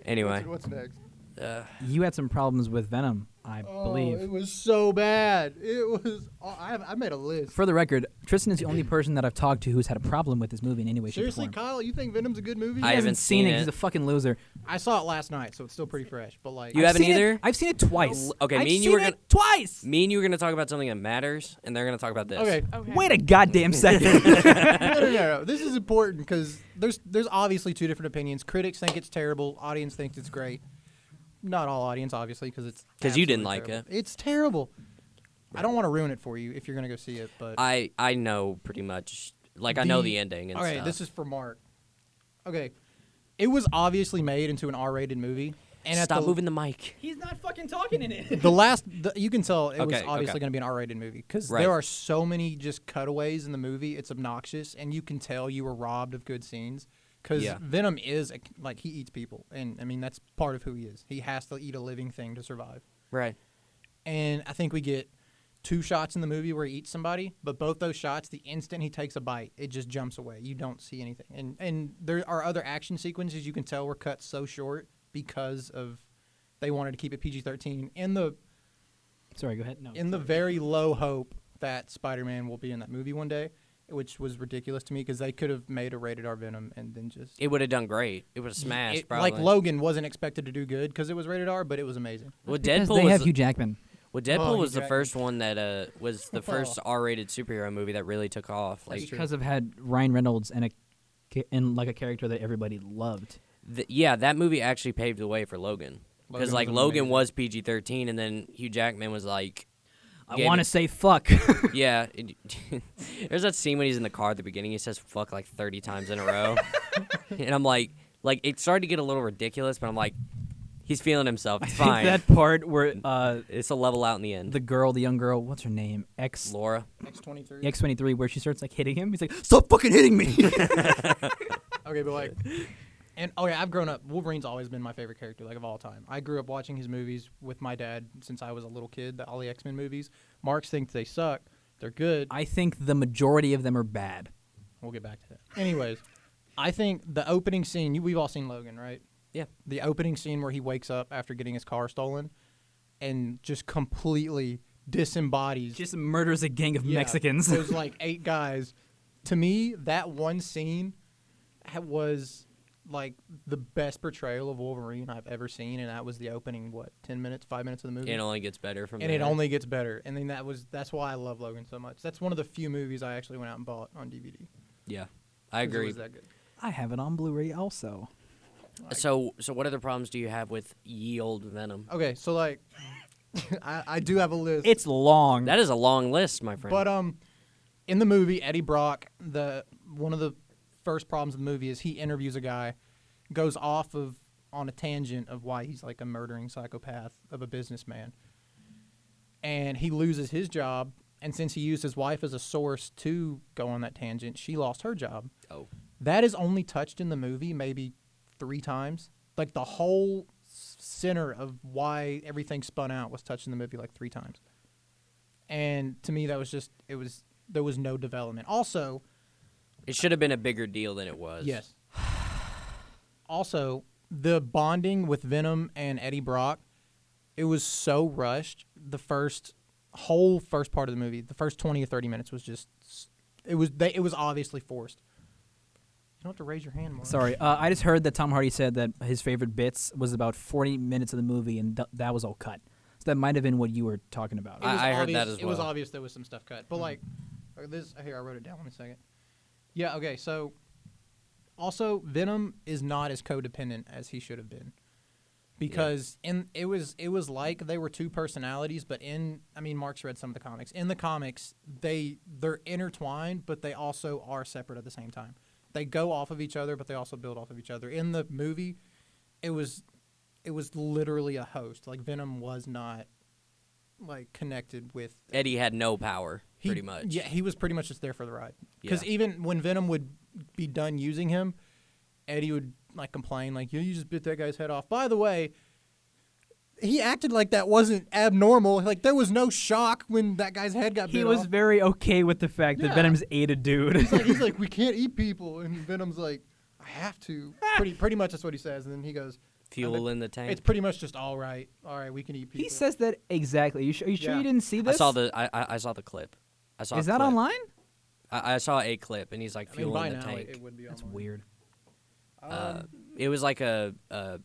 C: anyway,
B: what's next? Oh,
A: You had some problems with Venom, I
E: Oh,
B: it
A: believe.
B: was so bad. It was. Oh, I I made a list.
A: For the record, Tristan is the only person that I've talked to who's had a problem with this movie in any way,
B: Seriously,
A: shape, or form.
B: Kyle, you think Venom's a good movie?
A: He
C: I haven't
A: hasn't seen,
C: seen
A: it.
C: it.
A: He's a fucking loser.
B: I saw it last night, so it's still pretty fresh. But like,
C: You
A: I've
C: haven't
A: seen it-
C: either?
A: I've seen it twice.
C: okay,
A: I've
C: me and you
A: seen
C: were
A: it
C: gonna-
A: twice.
C: me and you were gonna talk about something that matters, and they're gonna talk about this.
B: okay,
D: Okay.
A: Wait a goddamn second.
B: no, no, no, no. This is important because there's there's obviously two different opinions. Critics think it's terrible. Audience thinks it's great. Not all audience, obviously, because it's
C: 'Cause you didn't
B: absolutely
C: like
B: terrible. It's terrible. I don't want to ruin it for you if you're gonna go see it, but
C: I I know pretty much. Like I know the ending. And
B: okay,
C: stuff.
B: this is for Mark. Okay, it was obviously made into an R-rated movie, And at
C: Stop
B: the,
C: moving the mic.
E: He's not fucking talking in it.
B: The last, the, you can tell it was
C: Okay,
B: obviously
C: okay.
B: going to be an R-rated movie because
C: Right.
B: there are so many just cutaways in the movie. It's obnoxious, and you can tell you were robbed of good scenes because
C: Yeah.
B: Venom is a, like he eats people, and I mean that's part of who he is. He has to eat a living thing to survive.
C: Right.
B: And I think we get two shots in the movie where he eats somebody, but both those shots, the instant he takes a bite, it just jumps away. You don't see anything, and and there are other action sequences you can tell were cut so short because of they wanted to keep it PG-13 in the
A: Sorry, go ahead. No.
B: in the very low hope that Spider-Man will be in that movie one day, which was ridiculous to me because they could have made a rated R Venom and then just
C: It would have done great. It would have smashed.
B: It-
C: probably.
B: like Logan wasn't expected to do good because it was rated R, but it was amazing.
C: Well,
A: Because
C: Deadpool
A: they
C: was
A: have Hugh Jackman.
C: well, Deadpool
B: Oh,
C: was the
B: exactly.
C: first one that uh was the first R-rated superhero movie that really took off. Like,
A: because of had Ryan Reynolds and a ca- and like a character that everybody loved.
C: th- yeah, that movie actually paved the way for Logan.
B: Logan
C: Because
B: was
C: like
B: an
C: Logan
B: amazing-
C: was PG-13, and then Hugh Jackman was like,
A: I
C: gave
A: want
C: it-
A: to say fuck.
C: yeah. it- there's that scene when he's in the car at the beginning. He says "fuck" like 30 times in a row, and I'm like, like it started to get a little ridiculous, but I'm like, he's feeling himself. It's fine.
A: that part where uh,
C: it's a level out in the end.
A: the girl, the young girl, what's her name? X
C: Laura.
B: X-23.
A: X twenty three, where she starts like hitting him. He's like, stop fucking hitting me.
B: Okay, but like, and oh yeah, I've grown up. Wolverine's always been my favorite character, like of all time. I grew up watching his movies with my dad since I was a little kid. The all the X Men movies. Marks thinks they suck. They're good.
A: I think the majority of them are bad.
B: we'll get back to that. Anyways, I think the opening scene. You, we've all seen Logan, right?
C: Yeah.
B: The opening scene where he wakes up after getting his car stolen, and just completely disembodies
A: Just murders a gang of
B: Yeah,
A: Mexicans.
B: It was like eight guys. To me, that one scene ha- was like the best portrayal of Wolverine I've ever seen, and that was the opening what ten minutes, five minutes of the movie,
C: It only gets better from
B: Mm-hmm. and it
C: there.
B: only gets better. And then that was that's why I love Logan so much. That's one of the few movies I actually went out and bought on DVD. 'cause
C: Yeah, I
B: it
C: agree.
B: was that good.
A: I have it on Blu-ray also.
C: So, so what other problems do you have with ye old Venom?
B: Okay, so like, I, I do have a list.
A: It's long.
C: That is a long list, my friend.
B: But um, in the movie, Eddie Brock, the one of the first problems of the movie is he interviews a guy, goes off of on a tangent of why he's like a murdering psychopath of a businessman, and he loses his job. And since he used his wife as a source to go on that tangent, she lost her job.
C: oh,
B: That is only touched in the movie maybe three times. Like the whole s- center of why everything spun out was touched in the movie like three times. And to me, that was just it was there was no development. Also,
C: it should have been a bigger deal than it was.
B: yes. Also, the bonding with Venom and Eddie Brock, it was so rushed. The first whole first part of the movie, the first twenty or thirty minutes was just s- it was they, it was obviously forced. You don't have to raise your hand, Mark.
A: Sorry, uh, I just heard that Tom Hardy said that his favorite bits was about 40 minutes of the movie, and th- that was all cut. So that might have been what you were talking about.
B: It was
C: I- I heard that
B: obvious-
C: as
B: It was
C: well.
B: obvious there was some stuff cut, but like uh, this. Here, I wrote it down. One second. Yeah. Okay. So, also, Venom is not as codependent as he should have been, because in it was it was like they were two personalities, but in I mean, Mark's read some of the comics. In the comics, they they're intertwined, but they also are separate at the same time. They go off of each other, but they also build off of each other. In the movie, it was it was literally a host. Like Venom was not like connected with
C: Eddie had no power,
B: he-
C: pretty much.
B: Yeah, he was pretty much just there for the ride. Because
C: Yeah.
B: even when Venom would be done using him, Eddie would like complain, like, "Yeah, you just bit that guy's head off." By the way, he acted like that wasn't abnormal. Like there was no shock when that guy's head got
A: He
B: bit
A: was
B: off.
A: very okay with the fact that
B: Yeah.
A: Venom's ate a dude.
B: He's like, he's like, we can't eat people, and Venom's like, I have to. Pretty, pretty much that's what he says, and then he goes,
C: Fuel in the tank.
B: "It's pretty much just all right, all right, we can eat people."
A: he says that exactly. Are you, su- are you sure
B: Yeah.
A: you didn't see
C: I
A: this?
C: saw the I, I, I saw the clip. I saw.
A: Is
C: a
A: that
C: clip.
A: online?
C: I, I saw a clip, and he's like
B: I mean,
C: fuel
B: by
C: in the
B: now
C: tank.
B: it, it would be.
A: That's
B: online.
A: weird.
C: Uh, it was like a, a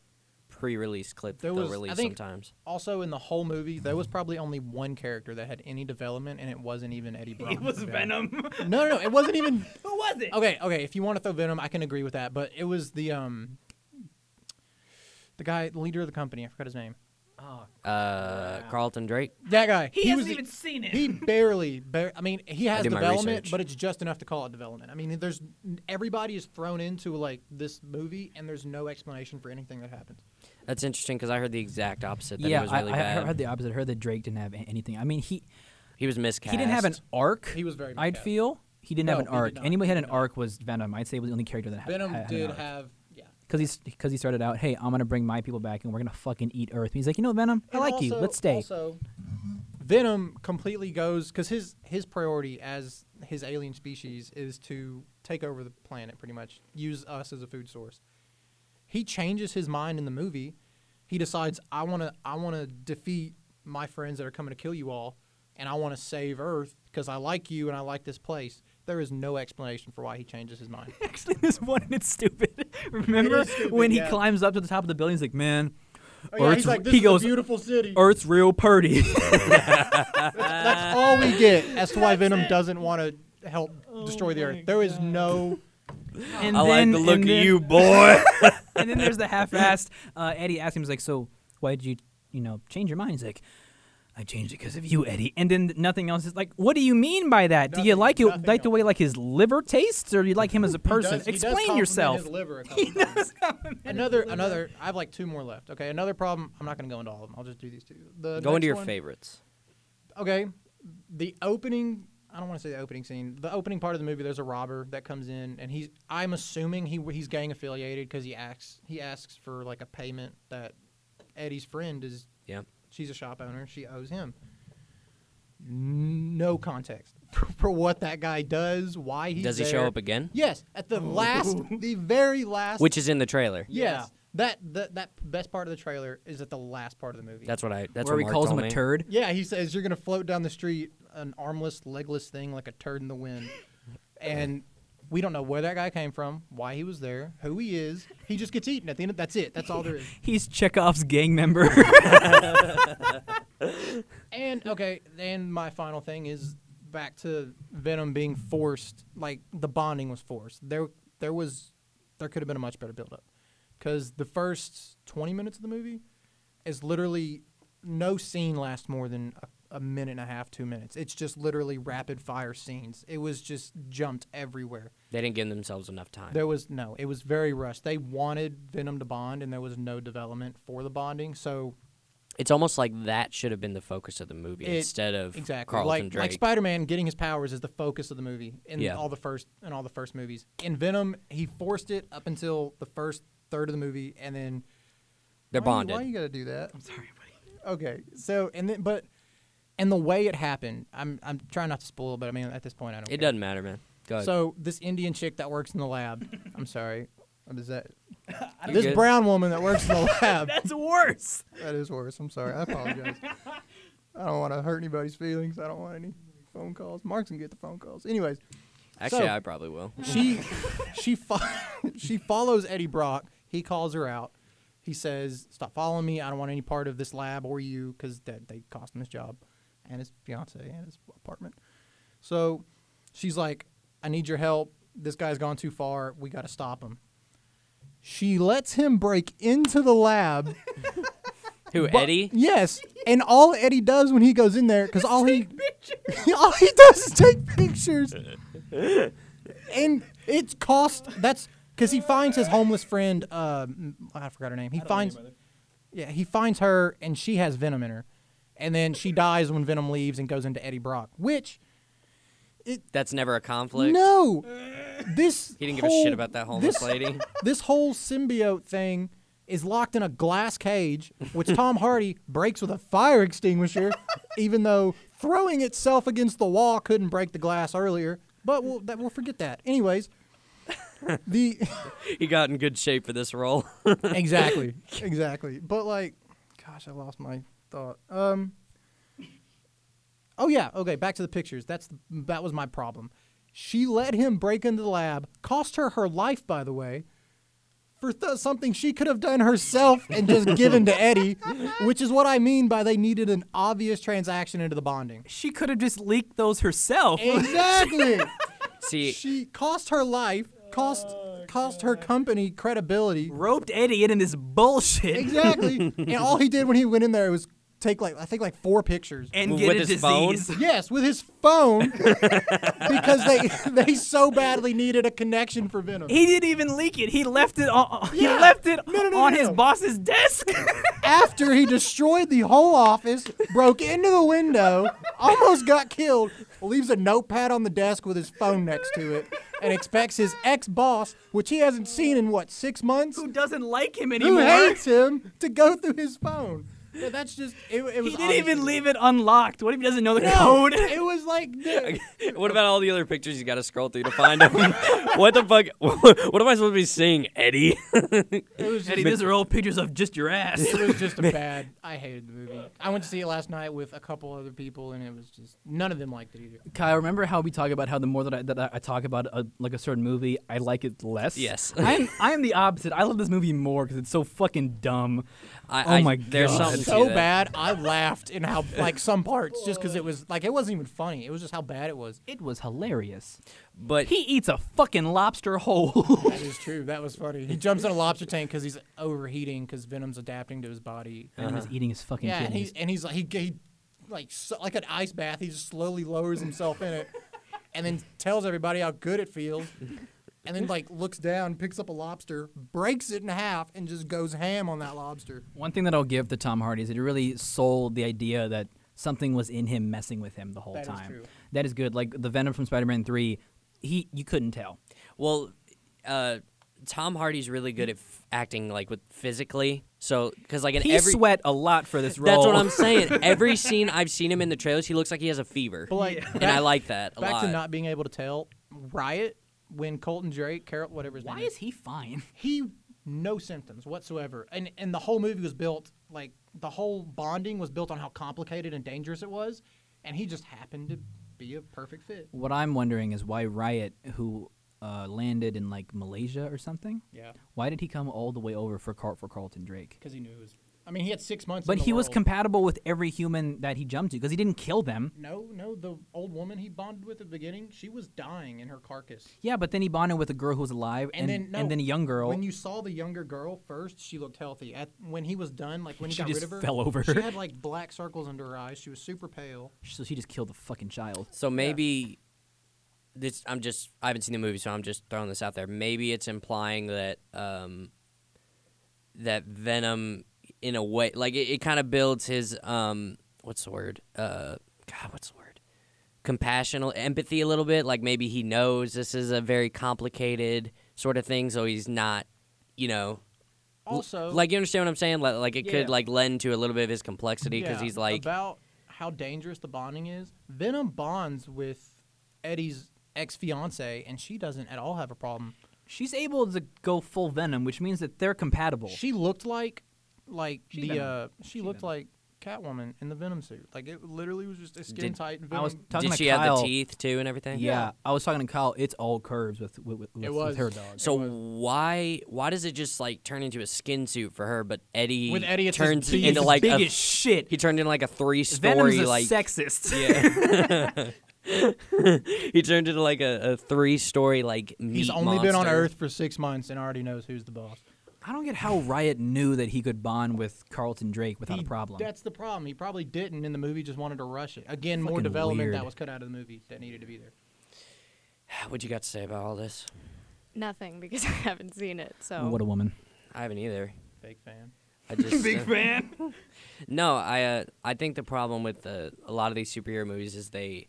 C: pre-release clip that
B: There
C: they'll
B: was- I
C: release
B: think-
C: sometimes.
B: Also, in the whole movie, there was probably only one character that had any development, and it wasn't even Eddie Brock.
E: It was Venom. Who
B: No, no, no, it wasn't even.
E: was it?
B: Okay, okay. If you want to throw Venom, I can agree with that. But it was the um, the guy, the leader of the company. I forgot his name.
A: Oh,
C: Uh, Carlton Drake.
B: That guy.
E: He,
B: was
E: hasn't
B: the-
E: even seen it.
B: He barely, bar- I mean, he has
C: did my
B: development,
C: research.
B: but it's just enough to call it development. I mean, there's everybody is thrown into like this movie, and there's no explanation for anything that happens.
C: That's interesting because I heard the exact opposite. That
A: yeah.
C: it was really
A: I,
C: bad.
A: I heard the opposite. I heard that Drake didn't have a- anything. I mean, he
C: he was miscast.
A: he didn't have an arc.
B: He was very.
A: I'd
B: miscast.
A: feel he didn't
B: No,
A: have an
B: he did
A: arc.
B: not.
A: Anybody
B: He
A: had an
B: did not.
A: arc was Venom. I'd say was the only character that had
B: Venom
A: had, had
B: did
A: an arc.
B: have. Yeah.
A: because he's because he started out, hey, I'm gonna bring my people back and we're gonna fucking eat Earth. And he's like, you know, what, Venom, I
B: And
A: like you.
B: also-
A: Let's stay.
B: Also, Venom completely goes because his his priority as his alien species is to take over the planet, pretty much use us as a food source. He changes his mind in the movie. He decides I want to I want to defeat my friends that are coming to kill you all, and I want to save Earth because I like you and I like this place. There is no explanation for why he changes his mind.
A: Actually, this one and it's stupid. Remember
B: stupid,
A: when he
B: yeah. Oh,
A: climbs up to the top of the building? He's like, man,
B: yeah,
A: Earth's-
B: he's like, this
A: he
B: is
A: goes,
B: a beautiful city.
A: Earth's real purty.
B: That's all we get as to why Venom doesn't want to help destroy the Earth. There is no.
A: and
C: I
A: then-
C: like the look
A: and
C: of
A: then-
C: you, boy.
A: and then there's the half-assed uh, Eddie asking him, he's like, so why did you, you know, change your mind? He's like, I changed it because of you, Eddie. And then nothing else is like, what do you mean by that? do you
B: Nothing-
A: like it,
B: nothing
A: like the way like his liver tastes, or do you like him as a person?
B: He does- he does
A: Explain
B: compliment
A: yourself.
B: his liver a couple times. another, another. I have like two more left. Okay, another problem. I'm not going to go into all of them. I'll just do these two. The
C: Go into
B: next
C: your
B: one-
C: favorites.
B: Okay, the opening. I don't want to say the opening scene. The opening part of the movie. There's a robber that comes in, and he's. I'm assuming he he's gang affiliated because he asks he asks for like a payment that Eddie's friend is
C: Yeah.
B: She's a shop owner. She owes him. No context for, for what that guy does, why he
C: Does he show up again?
B: Yes, at the last, the very last.
C: Which is in the trailer.
B: yeah, that that that best part of the trailer is at the last part of the movie.
C: That's what I. That's
A: where
C: what
A: he
C: Mark
A: calls him
C: told
A: a
C: me.
A: turd.
B: yeah. He says you're gonna float down the street, an armless, legless thing like a turd in the wind, and we don't know where that guy came from, why he was there, who he is. He just gets eaten at the end. Of, that's it. That's all there is.
A: He's Chekhov's gang member.
B: And okay, and my final thing is back to Venom being forced. Like the bonding was forced. There, there was, there could have been a much better buildup, because the first twenty minutes of the movie is literally no scene lasts more than a, a minute and a half, two minutes. It's just literally rapid fire scenes. It was just jumped everywhere.
C: They didn't give themselves enough time.
B: There was no. It was very rushed. They wanted Venom to bond, and there was no development for the bonding. So
C: It's almost like that should have been the focus of the movie
B: It-
C: instead of
B: exactly
C: Carlton
B: like
C: Drake.
B: like Spider-Man getting his powers is the focus of the movie in
C: Yeah.
B: all the first in all the first movies. In Venom, he forced it up until the first third of the movie, and then
C: They're
B: why you-
C: bonded.
B: Why you gotta do that? I'm sorry, buddy. Okay, so and then but and the way it happened, I'm I'm trying not to spoil, but I mean at this point I don't.
C: It
B: care.
C: doesn't matter, man. Go ahead.
B: So this Indian chick that works in the lab, I'm sorry, what is that?
C: You
B: This
C: good?
B: brown woman that works in the lab.
A: That's worse.
B: That is worse. I'm sorry. I apologize. I don't want to hurt anybody's feelings. I don't want any phone calls. Mark's gonna get the phone calls. Anyways,
C: Actually,
B: so-
C: I probably will.
B: she she fo- she follows Eddie Brock. He calls her out. He says, "Stop following me. I don't want any part of this lab or you, because that they cost him his job, and his fiance and his apartment." So she's like, "I need your help. This guy's gone too far. We got to stop him." She lets him break into the lab.
C: Who,
B: But-
C: Eddie?
B: Yes, and all Eddie does when he goes in there, because all he all he does is take pictures, and it's cost. That's because he finds his homeless friend. Uh, m- I forgot her name. He finds. Yeah, he finds her, and she has venom in her, and then she dies when venom leaves and goes into Eddie Brock, which.
C: That's never a conflict.
B: No, this
C: He didn't give a
B: whole-
C: shit about that homeless
B: this-
C: lady.
B: this whole symbiote thing is locked in a glass cage, which Tom Hardy breaks with a fire extinguisher, even though throwing itself against the wall couldn't break the glass earlier. But we'll, that, we'll forget that. Anyways, the
C: He got in good shape for this role.
B: exactly, exactly. But like, gosh, I lost my thought. Um. Oh yeah. Okay. Back to the pictures. That's that was my problem. She let him break into the lab. Cost her her life, by the way, for th- something she could have done herself and just given to Eddie, which is what I mean by they needed an obvious transaction into the bonding.
A: She could have just leaked those herself.
B: Exactly.
C: See,
B: she cost her life. Cost cost her company credibility.
A: Roped Eddie in in this bullshit
B: Exactly. and all he did when he went in there was take like I think like four pictures.
A: and
C: With
A: get a
C: his phone?
A: disease.
B: Yes, with his phone because they they so badly needed a connection for Venom.
A: He didn't even leak it. He left it on. He
B: Yeah.
A: left it
B: No, no, no,
A: on
B: no,
A: his
B: no.
A: boss's desk.
B: After he destroyed the whole office, broke into the window, almost got killed, leaves a notepad on the desk with his phone next to it, and expects his ex-boss, which he hasn't seen in what six months,
A: Who doesn't like him
B: who
A: anymore?
B: hates him, to go through his phone. Yeah, that's just it, it was
A: he didn't even
B: obviously-
A: leave it unlocked. What if he doesn't know the
B: No,
A: code?
B: it was like the-
C: what about all the other pictures you got to scroll through to find them? what the fuck? What am I supposed to be seeing, Eddie?
B: it was just
A: Eddie, these are all pictures of just your ass.
B: It was just a bad. I hated the movie. I went to see it last night with a couple other people, and it was just none of them liked it either.
A: Kyle, remember how we talk about how the more that I, that I- I talk about a, like a certain movie, I like it less.
C: Yes.
A: I'm I'm the opposite. I love this movie more because it's so fucking dumb.
C: I,
A: Oh
C: I-
A: my
C: there's
A: God.
C: something
B: So
C: to
B: bad,
C: that.
B: I laughed in how like some parts just because it was like it wasn't even funny. It was just how bad it was.
A: It was hilarious.
C: But
A: He eats a fucking lobster whole.
B: That is true. That was funny. He jumps in a lobster tank because he's overheating because Venom's adapting to his body.
A: and he was eating his fucking
B: Yeah, and
A: kidneys.
B: he's and he's like he, he like so, like an ice bath. He just slowly lowers himself in it, and then tells everybody how good it feels, and then like looks down, picks up a lobster, breaks it in half, and just goes ham on that lobster.
A: One thing that I'll give to Tom Hardy is that he really sold the idea that something was in him messing with him the whole
B: That is
A: time.
B: true.
A: That is good. Like the Venom from Spider-Man 3, he you couldn't tell.
C: Well, uh, Tom Hardy's really good at f- acting like with physically. So because like in
A: He
C: every
A: sweat a lot for this role.
C: that's what I'm saying. every scene I've seen him in the trailers, he looks like he has a fever,
B: But like
C: and I like that a
B: back
C: lot.
B: to not being able to tell. Riot when Colton Drake, Carol, whatever his
A: Why
B: name
A: is he fine?
B: he no symptoms whatsoever and and the whole movie was built like the whole bonding was built on how complicated and dangerous it was and he just happened to be a perfect fit
A: What I'm wondering is why Riot, who uh, landed in like Malaysia or something,
B: yeah
A: why did he come all the way over for Car- for Carlton Drake?
B: because he knew it was i mean he had six months in
A: But
B: the
A: he was
B: world.
A: compatible with every human that he jumped to because he didn't kill them.
B: no no the old woman he bonded with at the beginning she was dying in her carcass
A: Yeah, but then he bonded with a girl who was alive
B: and, then no,
A: and then a young girl.
B: when you saw the younger girl first she looked healthy at when he was done like when he
A: She
B: got
A: just
B: rid of her
A: fell over.
B: she had like black circles under her eyes she was super pale
A: so she just killed the fucking child.
C: so maybe this I'm just I haven't seen the movie, so I'm just throwing this out there. Maybe it's implying that um, that Venom, in a way, like it, it kind of builds his um, what's the word? Uh, God, what's the word? Compassional empathy a little bit. Like maybe he knows this is a very complicated sort of thing, so he's not, you know,
B: also
C: like you understand what I'm saying. Like, like it
B: Yeah.
C: could like lend to a little bit of his complexity because
B: Yeah,
C: he's like,
B: about how dangerous the bonding is. Venom bonds with Eddie's ex fiance, and she doesn't at all have a problem.
A: She's able to go full Venom, which means that they're compatible.
B: She looked like like
A: She
B: the
A: Venom.
B: uh, she,
A: She
B: looked
A: Venom.
B: like Catwoman in the Venom suit. Like it literally was just a skin
C: Did-
B: tight Venom.
A: I was talking
C: did
A: to
C: she
A: Kyle.
C: have the teeth too and everything?
A: Yeah, I was talking to Kyle. It's all curves with with, with, with
B: was.
A: her dog.
C: So why why does it just like turn into a skin suit for her, but Eddie
B: With Eddie, it's his
C: turns
B: big-
C: into
B: his
C: like
A: big
C: a,
A: as shit.
C: he turned into like a three story
A: Venom's a
C: like
A: sexist.
C: yeah. he turned into like a, a three story like
B: He's
C: meat
B: only been on
C: monster.
B: Earth for six months and already knows who's the boss.
A: I don't get how Riot knew that he could bond with Carlton Drake without
B: He-
A: a problem.
B: That's the problem. He probably didn't, and the movie just wanted to rush it. Again, more
A: Fucking
B: development
A: weird.
B: that was cut out of the movie that needed to be there.
C: What you got to say about all this?
D: Nothing because I haven't seen it. So
A: What a woman.
C: I haven't either.
B: Fake fan.
C: I just big fan. no, I uh, I think the problem with uh, a lot of these superhero movies is they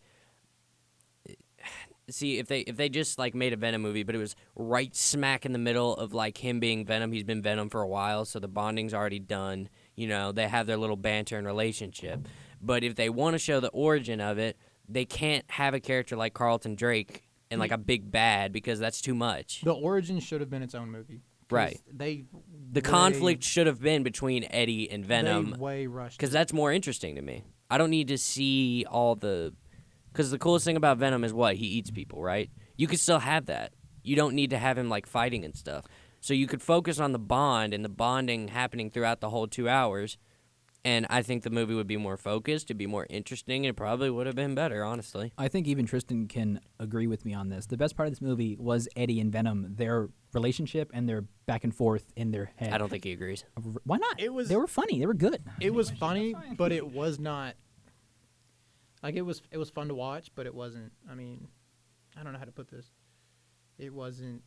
C: see if they if they just like made a Venom movie, but it was right smack in the middle of like him being Venom. He's been Venom for a while, so the bonding's already done. You know, they have their little banter and relationship. But if they want to show the origin of it, they can't have a character like Carlton Drake and like a big bad because that's too much.
B: The origin should have been its own movie. 'cause
C: Right.
B: They way-
C: The conflict should have been between Eddie and
B: they
C: Venom
A: um,
B: way rushed.
C: because that's more interesting to me. I don't need to see all the. Because the coolest thing about Venom is what he eats people, right? You could still have that. You don't need to have him like fighting and stuff. So you could focus on the bond and the bonding happening throughout the whole two hours, and I think the movie would be more focused, it'd be more interesting, and it probably would have been better, honestly.
A: I think even Tristan can agree with me on this. The best part of this movie was Eddie and Venom, their relationship and their back and forth in their head.
C: I don't think he agrees.
A: Why not?
B: It was-
A: They were funny. They were good.
B: It was funny, but it was not. Like it was, it was fun to watch, but it wasn't. I mean, I don't know how to put this. It wasn't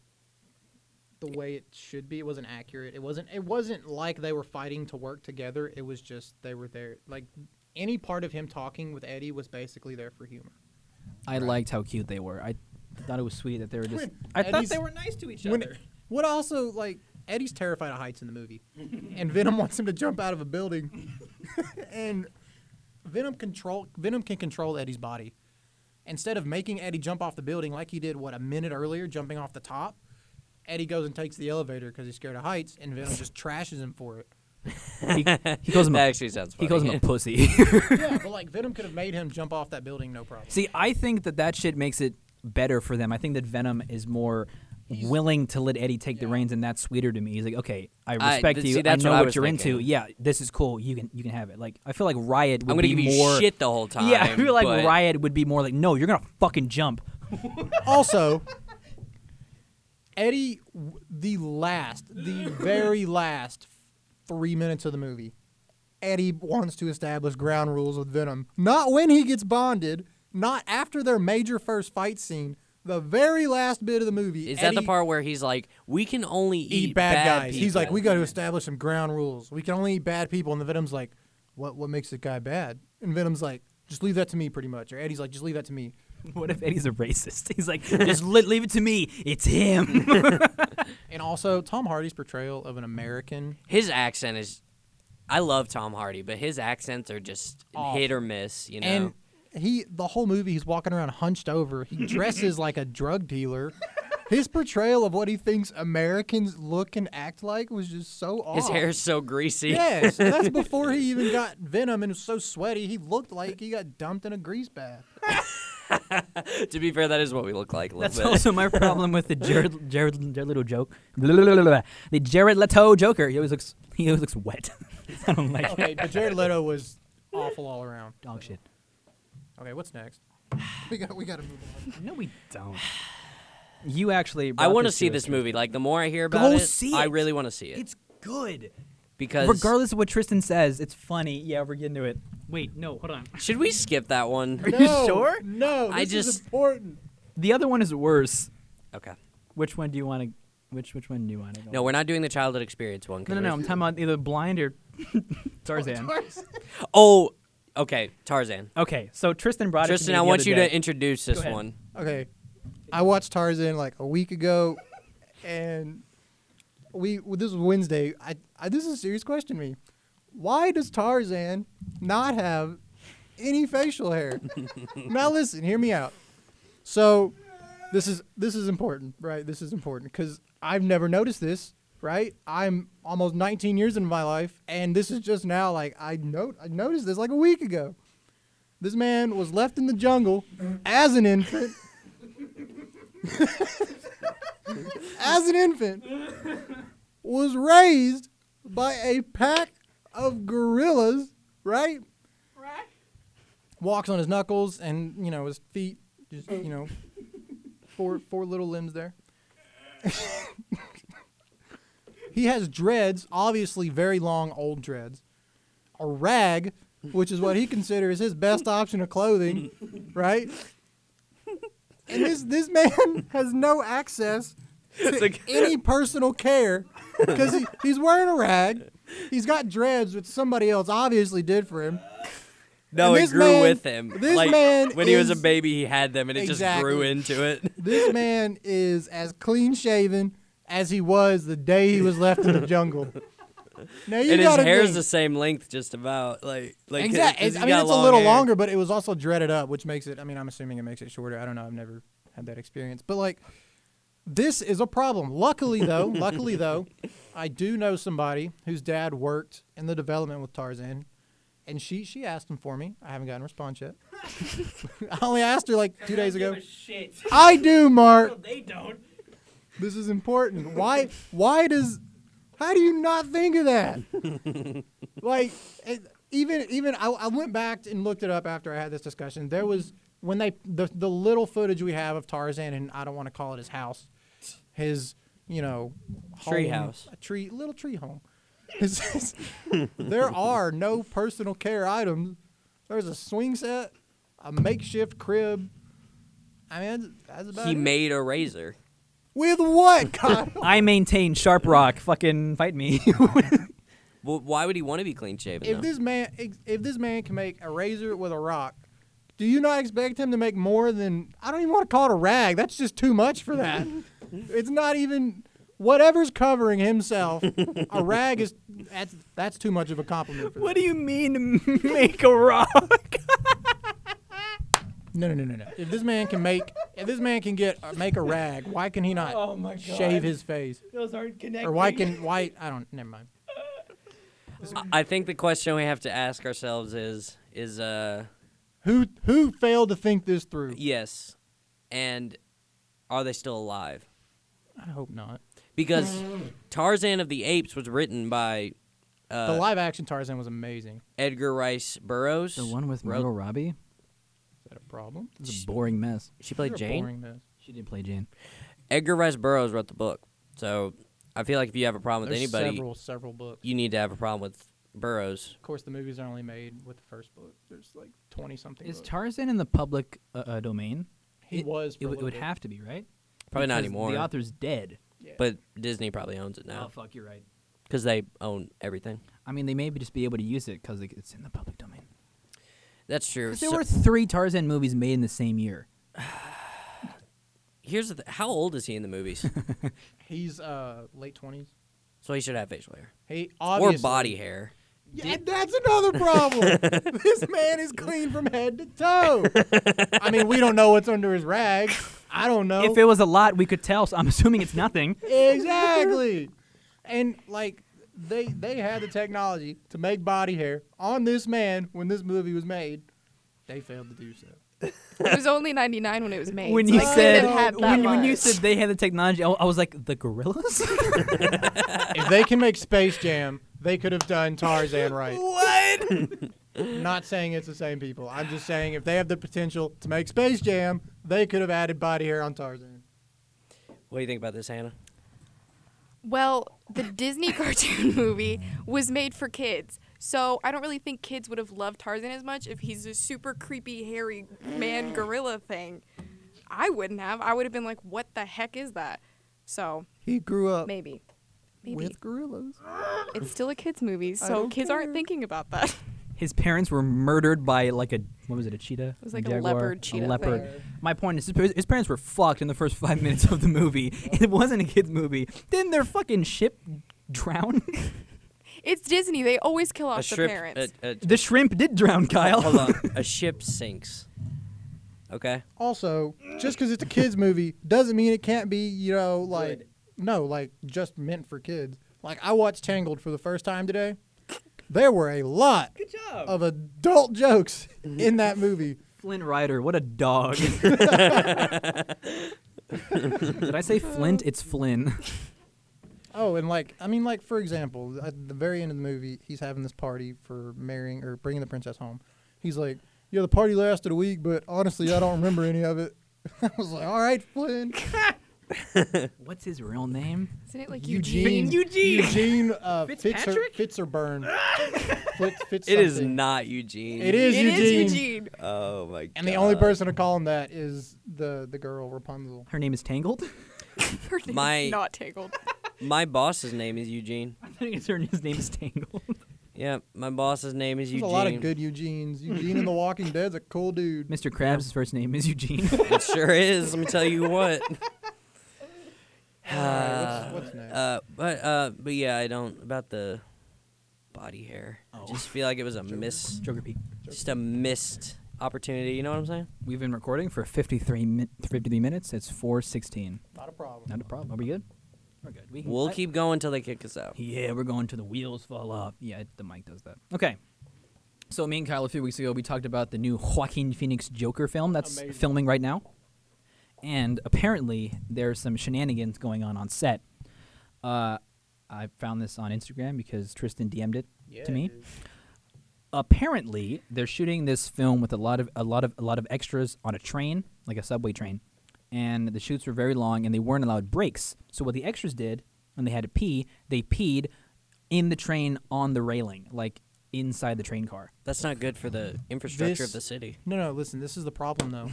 B: the way it should be. It wasn't accurate. It wasn't. It wasn't like they were fighting to work together. It was just they were there. Like any part of him talking with Eddie was basically there for humor.
A: I liked how cute they were. I thought it was sweet that they were just.
E: I thought
B: Eddie's-
E: they were nice to each
B: When-
E: other.
B: what also like Eddie's terrified of heights in the movie, and Venom wants him to jump out of a building, and Venom control Venom can control Eddie's body. Instead of making Eddie jump off the building like he did what a minute earlier, jumping off the top, Eddie goes and takes the elevator because he's scared of heights, and Venom just trashes him for it.
A: He, he calls him.
C: that
A: A,
C: actually sounds funny.
A: he calls him a pussy.
B: yeah, but like Venom could have made him jump off that building, no problem.
A: See, I think that that shit makes it better for them. I think that Venom is more willing to let Eddie take the reins, and that's sweeter to me. He's like, okay, I
C: I-
A: respect
C: th-
A: you.
C: see, that's
A: I know
C: what I
A: what,
C: was
A: you're into.
C: thinking.
A: Yeah, this is cool. You can you can have it. Like, I feel like Riot would
C: I'm gonna
A: be
C: give you
A: more.
C: shit the whole time.
A: yeah, I feel like
C: but
A: Riot would be more like, no, you're gonna fucking jump.
B: also, Eddie, w- the last, the very last three minutes of the movie, Eddie wants to establish ground rules with Venom. Not when he gets bonded, not after their major first fight scene. The very last bit of the movie.
C: Is that the
B: Eddie
C: part where he's like, we can only
B: eat bad, guys? He's like,
C: people."
B: we got to establish some ground rules. We can only eat bad people. And the Venom's like, what? What makes a guy bad? And Venom's like, just leave that to me, pretty much. Or Eddie's like, just leave that to me.
A: What if Eddie's a racist? He's like, just li- leave it to me. It's him.
B: And also, Tom Hardy's portrayal of an American
C: His accent is. I love Tom Hardy, but his accents are just
B: Off.
C: hit or miss. You know,
B: And he, the whole movie, he's walking around hunched over. He dresses like a drug dealer. His portrayal of what he thinks Americans look and act like was just so off.
C: his hair is so greasy.
B: Yes, that's before he even got venom and was so sweaty. He looked like he got dumped in a grease bath.
C: to be fair, that is what we look like a little
A: That's
C: bit.
A: also my problem with the Jared Jared, Jared Leto joke. The Jared Leto Joker. He always looks he always looks wet. I don't like
B: Okay, but Jared Leto was awful all around.
A: dog shit.
B: Okay, what's next? We got we got to move on.
A: No, we don't. You actually.
C: I
A: want to
C: see this
A: us.
C: movie. Like the more I hear about it,
A: see
C: I
A: it.
C: really want to see it
A: It's good.
C: because
A: Regardless of what Tristan says, it's funny. Yeah, we're getting to it. Wait, no, hold on.
C: Should we skip that one?
A: you sure?
B: No,
C: I
B: this is
C: just-
B: important.
A: The other one is worse.
C: Okay.
A: Which one do you want to? Which which one do you want to?
C: No, we're not doing the childhood experience one. 'cause
A: no, no, no. I'm
C: we're-
A: talking about either Blind or Tarzan.
C: Oh, okay. Tarzan.
A: Okay, so Tristan brought it.
C: Tristan,
A: to me
C: I
A: the
C: want
A: other
C: you
A: day.
C: to introduce this
A: ahead.
C: one.
B: Okay. I watched Tarzan like a week ago, and we well, this was Wednesday. I, I this is a serious question to me. Why does Tarzan not have any facial hair? now listen, hear me out. So this is this is important, right? This is important because I've never noticed this, right? I'm almost 19 years into my life, and this is just now like I note I noticed this like a week ago. This man was left in the jungle as an infant. as an infant. Was raised by a pack of gorillas, right?
E: Right?
B: Walks on his knuckles and, you know, his feet, just, you know, four four little limbs there. he has dreads, obviously very long old dreads. A rag, which is what he considers his best option of clothing, right? And this this man has no access to any personal care because he, he's wearing a rag. He's got dreads, which somebody else obviously did for him.
C: No,
B: And
C: it
B: this
C: grew
B: man-
C: with him.
B: this
C: like
B: man
C: when he was a
B: is-
C: baby, he had them, and it just grew
B: Exactly.
C: into it.
B: This man is as clean shaven as he was the day he was left in the jungle. Now you
C: and his
B: gotta
C: hair is
B: think-
C: the same length, just about. Like, like his-
B: Exactly.
C: 'cause
B: I
C: he's
B: mean,
C: got
B: it's a
C: long
B: little
C: hair.
B: longer, but it was also dreaded up, which makes it. I mean, I'm assuming it makes it shorter. I don't know. I've never had that experience, but like, this is a problem. Luckily, though, luckily though, I do know somebody whose dad worked in the development with Tarzan, and she she asked him for me. I haven't gotten a response yet. I only asked her like two days
E: I don't
B: ago.
E: give a shit.
B: I do, Mark.
E: No, they don't.
B: This is important. Why? Why does? How do you not think of that? like, it, even even I, I went back and looked it up after I had this discussion. There was when they the the little footage we have of Tarzan and I don't want to call it his house, his you know
C: Tree
B: home-
C: house.
B: a tree little tree home. His- his- there are no personal care items. There's a swing set, a makeshift crib. I mean, that's, that's about
C: He
B: it.
C: made a razor.
B: with what, Kyle?
A: I maintain sharp rock. Fucking fight me.
C: Well, why would he want to be clean shaven?
B: if
C: though?
B: this man if this man can make a razor with a rock do you not expect him to make more than i don't even want to call it a rag that's just too much for that it's not even whatever's covering himself a rag is that's that's too much of a compliment for
A: what do
B: that.
A: you mean make a rock?
B: no no no no no if this man can make if this man can get uh, make a rag why can he not
E: Oh my god.
B: shave his face
E: Those aren't connected.
B: or why can why i don't never mind
C: I- I think the question we have to ask ourselves is is uh
B: who who failed to think this through
C: yes, and are they still alive?
B: i hope not
C: Because Tarzan of the Apes was written by
B: the
C: uh,
B: live action tarzan was amazing is
C: Edgar Rice Burroughs.
A: The one with
C: wrote-
A: Margot Robbie?
B: that a problem
A: It's a boring mess.
C: she played
B: You're
C: Jane.
B: boring this.
A: She did play Jane.
C: Edgar Rice Burroughs wrote the book, so I feel like if you have a problem with
B: There's
C: anybody,
B: several several books.
C: you need to have a problem with Burroughs.
B: Of course, the movies are only made with the first book. There's like twenty something.
A: Is
B: books.
A: Tarzan in the public uh, uh, domain?
B: he
A: it-
B: was. for
A: It,
B: a
A: w- it
B: little
A: would
B: bit.
A: have to be, right?
C: Probably not
A: Because
C: anymore.
A: The author's dead.
B: Yeah.
C: But Disney probably owns it
A: Oh,
C: now
A: fuck, you're right.
C: because they own everything.
A: I mean, they may be- just be able to use it because it's in the public domain.
C: That's true.
A: 'Cause there
C: So-
A: were three Tarzan movies made in the same year.
C: Here's the th- how old is he in the movies?
B: he's uh late twenties.
C: so he should have facial hair
B: He obviously
C: or body hair.
B: Yeah, that's another problem. this man is clean from head to toe. I mean, we don't know what's under his rag. I don't know.
A: If it was a lot, we could tell. So I'm assuming it's nothing.
B: exactly. And like they they had the technology to make body hair on this man when this movie was made. They failed to do so.
D: It was only 99 when it was made.
A: when
D: so
A: you
D: they couldn't
A: said
D: have had that
A: when, when you
D: much.
A: said they had the technology, I, I was like the gorillas.
B: if they can make Space Jam, they could have done Tarzan right.
A: what?
B: Not saying it's the same people. I'm just saying if they have the potential to make Space Jam, they could have added body hair on Tarzan.
C: What do you think about this, Hannah?
D: Well, the Disney cartoon movie was made for kids. So I don't really think kids would have loved Tarzan as much if he's a super creepy, hairy man gorilla thing. I wouldn't have. I would have been like, what the heck is that? So
B: He grew up
D: maybe. Maybe.
B: with gorillas.
D: it's still a kids' movie, so
B: don't
D: kids
B: care.
D: aren't thinking about that.
A: His parents were murdered by like a what was it? A cheetah? It
D: was like a leopard cheetah
A: leopard.
D: thing.
A: My point is, his par- his parents were fucked in the first five minutes of the movie. It wasn't a kids movie. Didn't their fucking ship drown?
D: It's Disney. They always kill off
C: a
D: the
C: shrimp.
D: parents.
C: A, a,
A: the shrimp did drown, Kyle.
C: hold on. A ship sinks. Okay.
B: Also, just because it's a kids movie doesn't mean it can't be, you know, like no, like just meant for kids. Like I watched Tangled for the first time today. There were a lot
E: Good job.
B: of adult jokes in that movie.
A: Flint Rider, what a dog. Did I say Flint? It's Flynn.
B: Oh, and like I mean, like for example, at the very end of the movie, he's having this party for marrying or bringing the princess home. He's like, "Yeah, the party lasted a week, but honestly, I don't remember any of it." I was like, "All right, Flynn,
A: What's his real name?
D: Isn't it like
B: Eugene,
D: Eugene?
E: Eugene.
B: Eugene uh, Fitzer,
E: Fitzpatrick?
B: Fitzerburn, Fitz, Fitz
C: It is
B: something.
C: not Eugene.
B: It is
D: It is
B: Eugene,
D: Eugene.
C: Oh my god.
B: and the only person to call him that is the the girl Rapunzel.
A: Her name is Tangled.
D: Her name's
C: My-
D: not tangled.
C: My boss's name is Eugene.
A: I think it's her his name is Tangled.
C: Yeah, my boss's name is
B: There's a
C: Eugene.
B: lot of good Eugenes. Eugene in The Walking Dead's a cool dude.
A: Mr. Krabs' first name is Eugene.
C: It sure is. Let me tell you what.
B: All right, what's, what's next?
C: Uh, but uh, but yeah, I don't about the body hair.
B: Oh.
C: I just feel like it was a miss,
A: Joker Peak.
C: just a missed opportunity. You know what I'm saying?
A: We've been recording for 53, min- 53 minutes. It's 416.
B: not a problem.
A: Not a problem. Are we good? We're good. We can
C: We'll
A: I-
C: keep going till they kick us out.
A: Yeah, we're going to the wheels fall off. Yeah, the mic does that. Okay. So me and Kyle a few weeks ago we talked about the new Joaquin Phoenix Joker film that's
B: Amazing.
A: filming right now, and apparently there's some shenanigans going on on set. Uh, I found this on Instagram because Tristan DM'd it
B: Yeah,
A: to me.
B: dude.
A: apparently they're shooting this film with a lot of a lot of a lot of extras on a train, like a subway train, and the shoots were very long and they weren't allowed breaks. So what the extras did when they had to pee, they peed in the train on the railing, like inside the train car.
C: That's not good for the infrastructure
B: This-
C: of the city.
B: No, no. Listen, this is the problem though.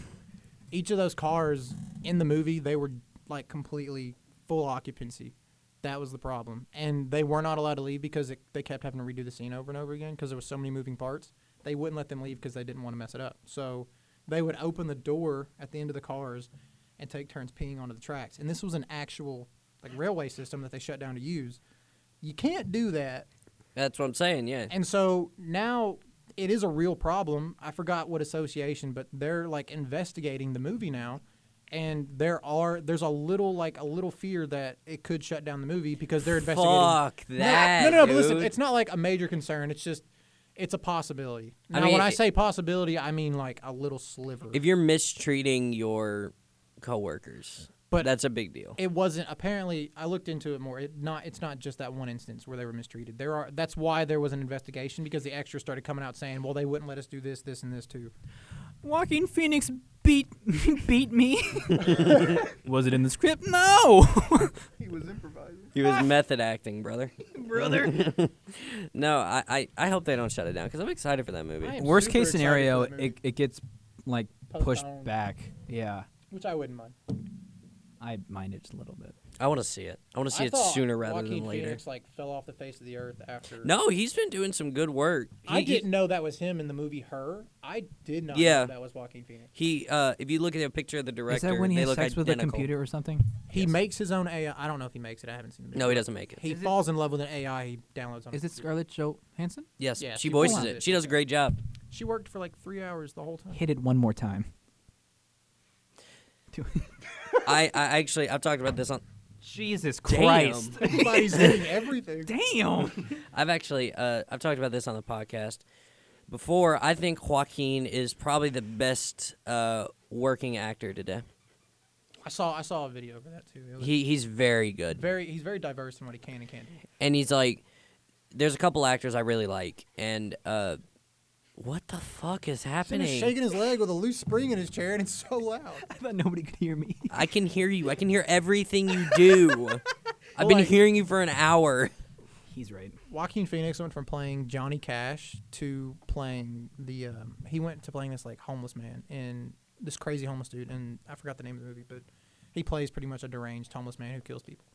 B: Each of those cars in the movie, they were like completely full occupancy. That was the problem, and they were not allowed to leave because it, they kept having to redo the scene over and over again because there was so many moving parts. They wouldn't let them leave because they didn't want to mess it up. So they would open the door at the end of the cars and take turns peeing onto the tracks. And this was an actual like railway system that they shut down to use. You can't do that
C: That's what I'm saying. Yeah.
B: and so now it is a real problem. I forgot what association, but they're like investigating the movie now. And there are there's a little like a little fear that it could shut down the movie because they're investigating.
C: Fuck
B: No,
C: that.
B: No, no, no. But listen,
C: dude.
B: it's not like a major concern. It's just it's a possibility.
C: I
B: Now,
C: mean,
B: when I
C: it-
B: say possibility, I mean like a little sliver.
C: if you're mistreating your coworkers,
B: But-
C: that's a big deal.
B: it wasn't apparently i looked into it more it not it's not just that one instance where they were mistreated there are that's why there was an investigation because the extras started coming out saying well they wouldn't let us do this this and this too
A: Walking Phoenix beat beat me. Was it in the script? No.
F: He was improvising.
C: He was method acting, brother.
E: brother.
C: No, I, I, I hope they don't shut it down because I'm excited for that movie.
B: I am
A: Worst
B: super
A: case
B: excited
A: scenario,
B: for that movie,
A: it, it gets like pushed
B: Postponed.
A: back. Yeah,
B: which i wouldn't mind
A: I mind it just a little bit.
C: I want to see it. I want to see
B: I
C: it
B: thought
C: sooner rather
B: Joaquin
C: than later.
B: Phoenix, like fell off the face of the earth after
C: No, he's been doing some good work. He,
B: i
C: he-
B: didn't know that was him in the movie her i did not
C: Yeah.
B: know that was Joaquin Phoenix
C: He, uh, if you look at a picture of the director,
A: Is that when he
C: they
A: has
C: look
A: sex with a
C: identical.
A: computer or something?
B: he makes his own ai i don't know if he makes it i haven't seen the movie
C: No, he doesn't make it.
B: he falls in love with an ai he downloads on
A: Is
B: his
A: it Scarlett
B: computer.
A: Johansson?
C: yes,
B: Yeah, she
C: she voices
B: voices
C: it.
B: it.
C: She does a great job.
B: she worked for like three hours the whole time
A: Hit it one more time.
C: I, I actually, I've talked about this on.
A: Jesus
C: Damn. Christ.
B: everybody's doing everything
A: Damn.
C: I've actually, uh, I've talked about this on the podcast before. I think Joaquin is probably the best uh, working actor today.
B: I saw I saw a video of that too. It was
C: He, he's very good.
B: very he's very diverse in what he can and can't do.
C: and he's like, "There's a couple actors I really like, and uh, what the fuck is happening?
B: his leg with a loose spring in his chair, and it's so loud.
A: I thought nobody could hear me.
C: I can hear you. I can hear everything you do. I've been
B: Like-
C: hearing you for an hour.
A: He's right.
B: Joaquin Phoenix went from playing Johnny Cash to playing the um, he went to playing this like homeless man and this crazy homeless dude, and I forgot the name of the movie, but he plays pretty much a deranged homeless man who kills people.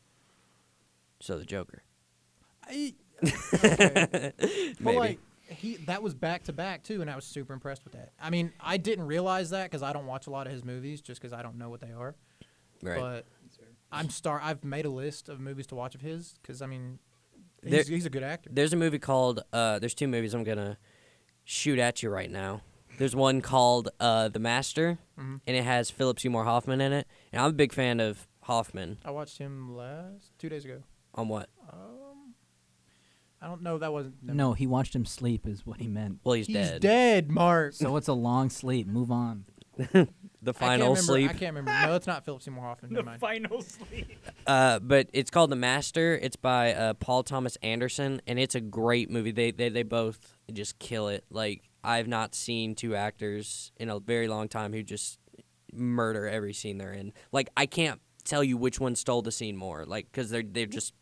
C: So the Joker.
B: I, okay. But
C: Maybe.
B: like he that was back to back too, and I was super impressed with that. I mean, I didn't realize that because I don't watch a lot of his movies, just because I don't know what they are.
C: Right.
B: But I'm star. I've made a list of movies to watch of his because I mean,
C: There-
B: he's, he's a good actor.
C: There's a movie called. Uh, there's two movies I'm gonna shoot at you right now. There's one called uh, The Master,
B: Mm-hmm.
C: and it has Philip Seymour Hoffman in it. And I'm a big fan of Hoffman.
B: I watched him last two days ago.
C: On what?
B: I don't know. That wasn't never-
A: No, he watched him sleep, is what he meant.
C: Well, he's,
B: He's dead, Mark.
A: So it's a long sleep. Move on.
C: The
B: I can't
C: final
B: remember-
C: sleep.
B: I can't remember. No, it's not Philip Seymour Hoffman.
E: the
B: Never mind.
E: final sleep.
C: Uh, but it's called The Master. It's by uh, Paul Thomas Anderson, and it's a great movie. They, they they both just kill it. Like I've not seen two actors in a very long time who just murder every scene they're in. Like I can't tell you which one stole the scene more. Like because they're they're just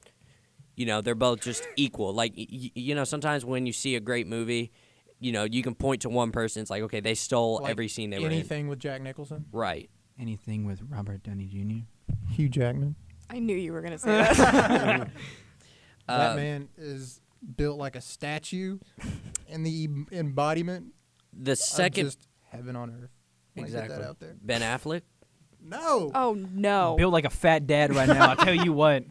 C: you know they're both just equal. Like y- y- you know sometimes when you see a great movie, you know you can point to one person. It's like okay they stole
B: Like,
C: every scene they were in.
B: Anything with Jack Nicholson?
C: Right.
A: Anything with Robert Downey Jr.
B: Hugh Jackman.
D: I knew you were gonna say that.
B: that
C: Uh,
B: man is built like a statue, and the em- embodiment
C: The second
B: of just heaven on earth. Wanna get
C: exactly
B: that out there.
C: Ben Affleck.
B: No.
D: oh no.
A: Built like a fat dad right now. I'll tell you what.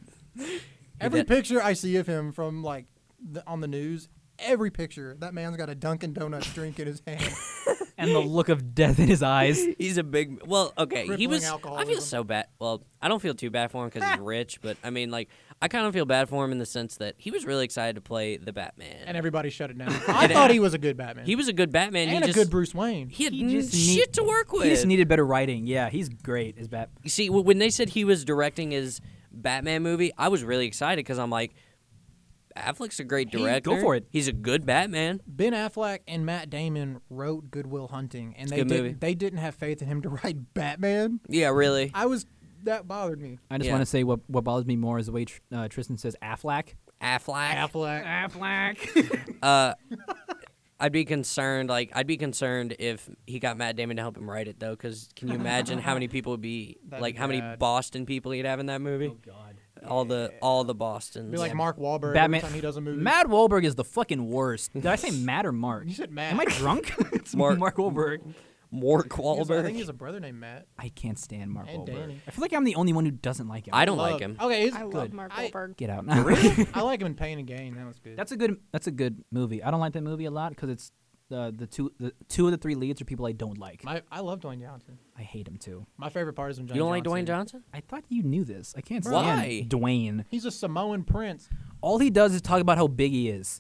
B: Every
C: that-
B: picture I see of him from like the, on the news, every picture that man's got a Dunkin' Donuts drink in his hand.
A: And the look of death in his eyes.
C: He's a big well, okay. he
B: Crippling
C: was. I feel
B: alcoholism.
C: so bad. Well, I don't feel too bad for him because he's rich, but I mean, like, I kind of feel bad for him in the sense that he was really excited to play the Batman.
B: And everybody shut it down. I thought he was a good Batman.
C: he was a good Batman.
B: and
C: he
B: a
C: just,
B: good Bruce Wayne.
C: He had
A: He just
C: n-
A: need-
C: shit to work with.
A: He just needed better writing. Yeah, he's great as Bat.
C: You See, w- when they said he was directing his Batman movie, I was really excited because I'm like, Affleck's a great
A: He- go
C: director.
A: for it.
C: He's a good Batman.
B: Ben Affleck and Matt Damon wrote Goodwill Hunting, and
C: a
B: they
C: good movie.
B: didn't, they didn't have faith in him to write Batman.
C: Yeah, really.
B: I was that bothered me.
A: I just
C: Yeah.
A: want to say what what bothers me more is the way Tr- uh, Tristan says Affleck.
C: Affleck.
B: Affleck,
E: Affleck.
C: Uh, I'd be concerned. Like, I'd be concerned if he got Matt Damon to help him write it, though. Because can you imagine how many people would be
B: That'd
C: like,
B: be
C: how many
B: bad. Oh,
C: Boston people he'd have in that movie?
A: God.
C: All the all the Bostons.
B: be like Mark Wahlberg
A: Batman-
B: every time he does a movie.
A: Matt Wahlberg is the fucking worst. Did I say Matt or Mark?
B: you said Matt.
A: Am I drunk? it's
C: Mark.
A: Mark. Mark Wahlberg.
C: Mark
B: He has- I think
C: Wahlberg.
B: he has a brother named Matt.
A: I can't stand Mark
B: And
A: Wahlberg.
B: Danny.
A: I feel like I'm the only one who doesn't like him.
C: I don't
B: Love-
C: like him.
B: Okay, he's
D: I
B: good.
D: love Mark
B: I,
D: Wahlberg.
A: Get out.
B: I like him in Pain and Gain. That was good.
A: That's a good. That's a good movie. I don't like that movie a lot because it's uh, the the two the two of the three leads are people I don't like.
B: my. I love Dwayne Johnson.
A: I hate him too.
B: My favorite part is him.
C: You don't like Dwayne Johnson?
A: I thought you knew this. I can't stand
C: Why?
A: Dwayne.
B: He's a Samoan prince.
A: All he does is talk about how big he is.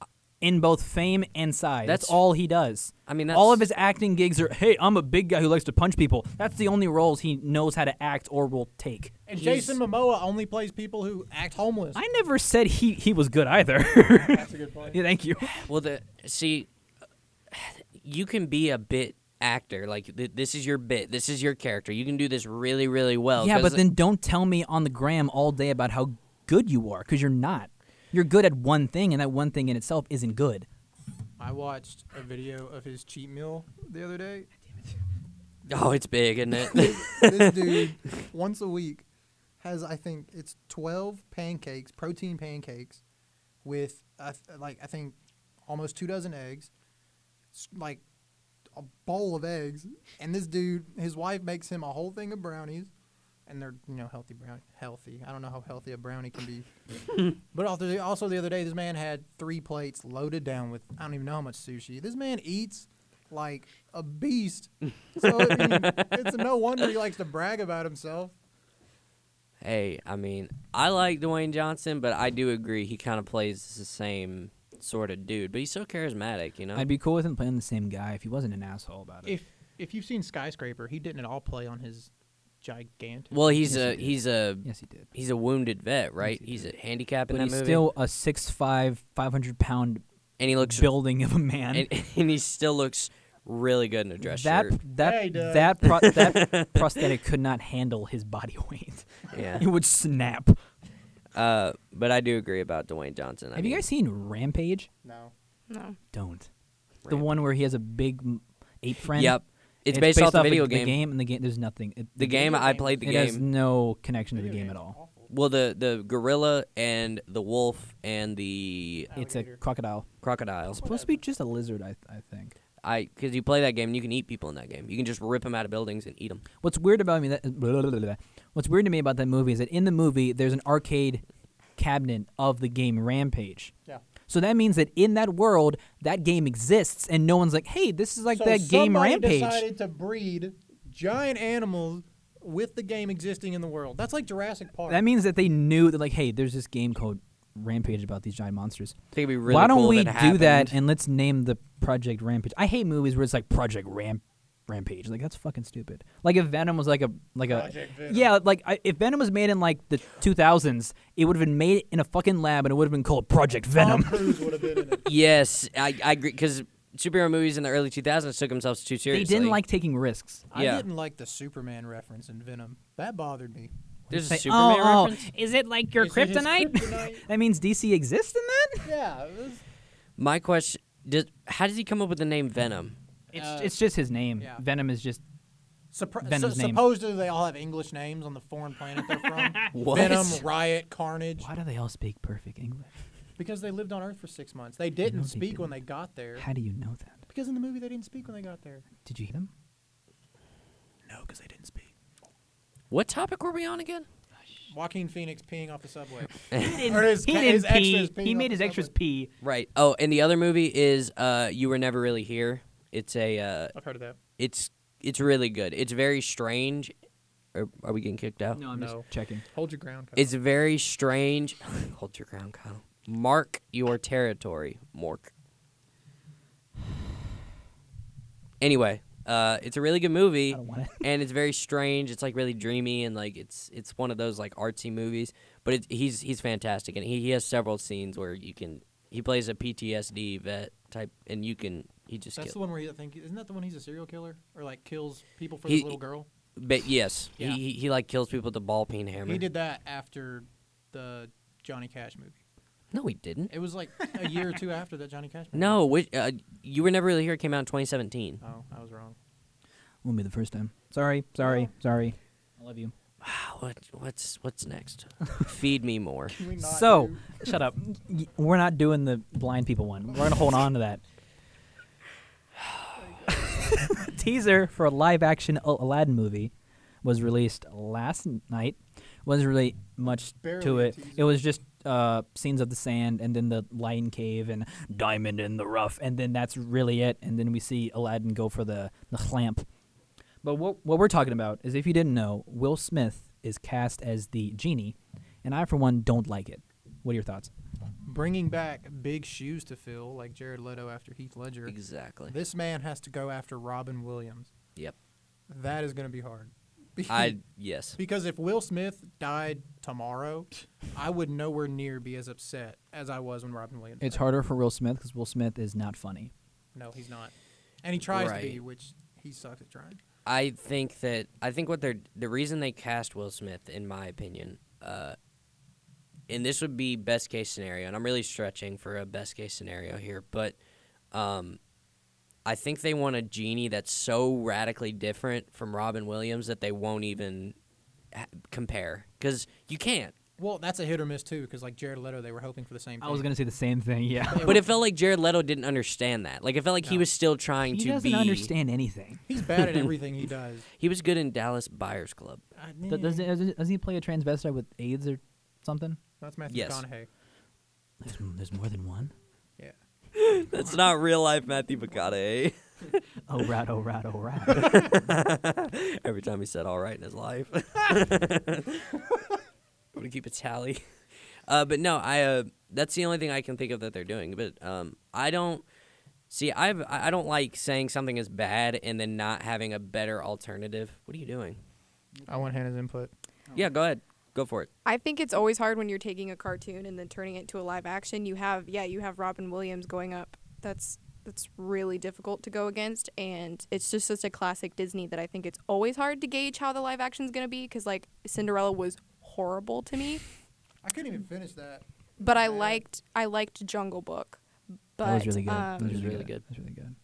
A: uh, In both fame and size. That's,
C: That's-
A: all he does.
C: I mean,
A: all
C: that's-
A: of his acting gigs are, hey, I'm a big guy who likes to punch people. That's the only roles he knows how to act or will take.
B: And
C: He's-
B: Jason Momoa only plays people who act homeless.
A: I never said he, he was good either.
B: That's a good point.
A: Yeah, Thank you.
C: Well, the see, you can be a bit actor. Like th- this is your bit. This is your character. You can do this really, really well.
A: yeah,
C: 'cause
A: but then don't tell me on the gram all day about how good you are because you're not. You're good at one thing, and that one thing in itself isn't good.
B: I watched a video of his cheat meal the other day.
C: oh, it's big, isn't it?
B: this dude once a week has I think it's 12 pancakes, protein pancakes with I th- like I think almost 2 dozen eggs, s- like a bowl of eggs, and this dude his wife makes him a whole thing of brownies. And they're you know healthy brown healthy. I don't know how healthy a brownie can be, but also the, also the other day this man had three plates loaded down with I don't even know how much sushi. This man eats like a beast, so I mean, it's no wonder he likes to brag about himself.
C: hey, I mean, I like Dwayne Johnson, but I do agree he kind of plays the same sort of dude. But he's so charismatic, you know.
A: I'd be cool with him playing the same guy if he wasn't an asshole about it.
B: If if you've seen Skyscraper, he didn't at all play on his gigantic.
C: well, he's
A: Yes,
C: a
A: he did.
C: he's a
A: yes, he did.
C: he's a wounded vet, right?
A: he
C: he's a handicap in
A: But
C: that
A: he's
C: movie,
A: still a 6'5", 500 pound
C: and he looks
A: building of a man.
C: and, and he still looks really good in a dress
A: that
C: shirt.
A: that
B: Hey, Doug.
A: that pro- that prosthetic could not handle his body weight.
C: Yeah.
A: It would snap.
C: Uh, but I do agree about Dwayne Johnson. I
A: Have
C: mean,
A: you guys seen Rampage?
B: No.
D: No.
A: Don't. The
C: Rampage.
A: one where he has a big m- ape friend.
C: Yep. It's, based, off the video
A: a, The
C: game.
A: game and the game. There's nothing. It,
C: The game, I played the
A: it has
C: game.
A: no connection to the game at all.
C: Well, the the gorilla and the wolf and the
A: It's a crocodile.
C: crocodile.
A: It's supposed to be just a lizard, I, I think.
C: I because you play that game, and you can eat people in that game. You can just rip them out of buildings and eat them.
A: What's weird about me that blah, blah, blah, blah, blah. what's weird to me about that movie is that in the movie there's an arcade cabinet of the game Rampage.
B: Yeah.
A: So that means that in that world that game exists and no one's like, "Hey, this is like that game Rampage."
B: decided to breed giant animals with the game existing in the world. That's like Jurassic Park.
A: That means that they knew that like, "Hey, there's this game called Rampage about these giant monsters."
C: I think it'd be really
A: Why don't
C: cool if
A: we
C: it
A: do
C: happened.
A: that and let's name the project Rampage? I hate movies where it's like Project Ramp Rampage. Like that's fucking stupid. Like if Venom was like a like a
B: Project Venom.
A: yeah, like I, if Venom was made in like the 2000s, it would have been made in a fucking lab and it would have been called Project
B: Tom
A: Venom.
C: Oh,
B: Cruise would have been in it.
C: yes, I I agree because superhero movies in the early 2000s took themselves too
A: they
C: seriously.
A: didn't like taking risks.
B: I
C: Yeah.
B: didn't like the Superman reference in Venom. That bothered me.
C: There's
A: Say,
C: a Superman
A: oh,
C: reference.
A: oh, is it like your
B: Is it his
A: kryptonite?
B: kryptonite?
A: that means DC exists in that.
B: yeah. It was,
C: My question: does, How does he come up with the name Venom?
A: It's
B: Uh,
A: it's just his name.
B: yeah.
A: Venom is just
B: Supr-
A: Venom's
B: su-
A: name.
B: supposedly they all have English names on the foreign planet they're from.
C: What?
B: Venom, Riot, Carnage.
A: why do they all speak perfect English?
B: Because they lived on Earth for six months. They
A: No,
B: didn't
A: they
B: speak when they
A: didn't.
B: got there.
A: How do you know that?
B: Because in the movie they didn't speak when they got there.
A: Did you hear them?
B: No, because they didn't speak.
C: What topic were we on again?
B: Joaquin Phoenix peeing off the subway.
A: He
B: Or his
A: he
B: ca-
A: didn't
B: his
A: pee.
B: extras peeing
A: He
B: off
A: made
B: the
A: his extras
B: subway.
A: pee.
C: Right. Oh, and the other movie is uh, "You Were Never Really Here." It's a uh,
B: I've heard of that.
C: it's it's really good. It's very strange. Are, are we getting kicked out?
A: No, I'm
B: No.
A: just checking.
B: Hold your ground. Kyle.
C: It's very strange. Hold your ground, Kyle. Mark your territory, Mork. Anyway, uh, it's a really good movie,
A: I don't want it.
C: and it's very strange. It's like really dreamy, and like it's it's one of those like artsy movies. But it, he's he's fantastic, and he, he has several scenes where you can he plays a PTSD vet type, and you can he just
B: That's
C: kills.
B: the one where he, I think isn't that the one he's a serial killer or like kills people for
C: He-
B: the little girl?
C: But yes,
B: Yeah.
C: he, he he like kills people with the ball peen hammer.
B: He did that after the Johnny Cash movie.
C: No, he didn't.
B: It was like a year or two after that Johnny Cash movie.
C: No, which uh, you were never really here. Came out in 2017.
B: Oh, I was wrong.
A: Won't be the first time. Sorry, sorry, sorry. I love you.
C: Ah, What what's what's next? Feed me more.
F: Can we not
A: So,
F: do-
A: shut up. Y- We're not doing the blind people one. We're gonna hold on to that. Teaser for a live-action Al- Aladdin movie was released last n- night. Wasn't really much to
F: Barely a
A: it. It
F: teaser.
A: was just uh, scenes of the sand, and then the lion cave, and diamond in the rough, and then that's really it. And then we see Aladdin go for the the clamp. But what what we're talking about is if you didn't know, Will Smith is cast as the genie, and I for one don't like it. What are your thoughts?
B: Bringing back big shoes to fill, like Jared Leto after Heath Ledger.
C: Exactly.
B: This man has to go after Robin Williams.
C: Yep.
B: That is going to be hard.
C: I yes.
B: Because if Will Smith died tomorrow, I would nowhere near be as upset as I was when Robin Williams.
A: It's
B: died.
A: harder for Will Smith because Will Smith is not funny.
B: No, he's not, and he tries to be,
C: Right.
B: which he sucks at trying.
C: I think that I think what they're the reason they cast Will Smith, in my opinion, uh, and this would be best case scenario, and I'm really stretching for a best case scenario here, but um, I think they want a genie that's so radically different from Robin Williams that they won't even ha- compare because you can't.
B: Well, that's a hit or miss too, because like Jared Leto, they were hoping for the same. Thing.
A: I was gonna say the same thing. Yeah,
C: But it felt like Jared Leto didn't understand that. Like it felt like he
B: No.
C: was still trying
A: he
C: to
A: doesn't
C: be.
A: understand anything.
B: He's bad at everything he does.
C: He was good in Dallas Buyers Club.
B: I-
A: Th- does,
B: eh,
A: does, does he play a transvestite with AIDS or something?
B: that's Matthew
C: Yes.
B: McConaughey.
A: There's, there's more than one.
B: Yeah.
C: That's not real life Matthew McConaughey.
A: Oh right, oh right, oh right.
C: Every time he said all right in his life. I'm gonna keep a tally. Uh, but no, I uh, that's the only thing I can think of that they're doing. But um, I don't see. I've I I don't like saying something is bad and then not having a better alternative. What are you doing?
B: I want Hannah's input.
C: Yeah, go ahead, go for it.
D: I think it's always hard when you're taking a cartoon and then turning it to a live action. You have yeah, you have Robin Williams going up. That's that's really difficult to go against and it's just such a classic Disney that I think it's always hard to gauge how the live action's going to be cuz like Cinderella was horrible to me,
B: I couldn't even finish that.
D: but I
B: Yeah.
D: liked I liked Jungle Book. But
A: that was really good.
D: Um,
A: that was
C: was
A: really,
C: really
A: good.
C: good.
A: That was really good.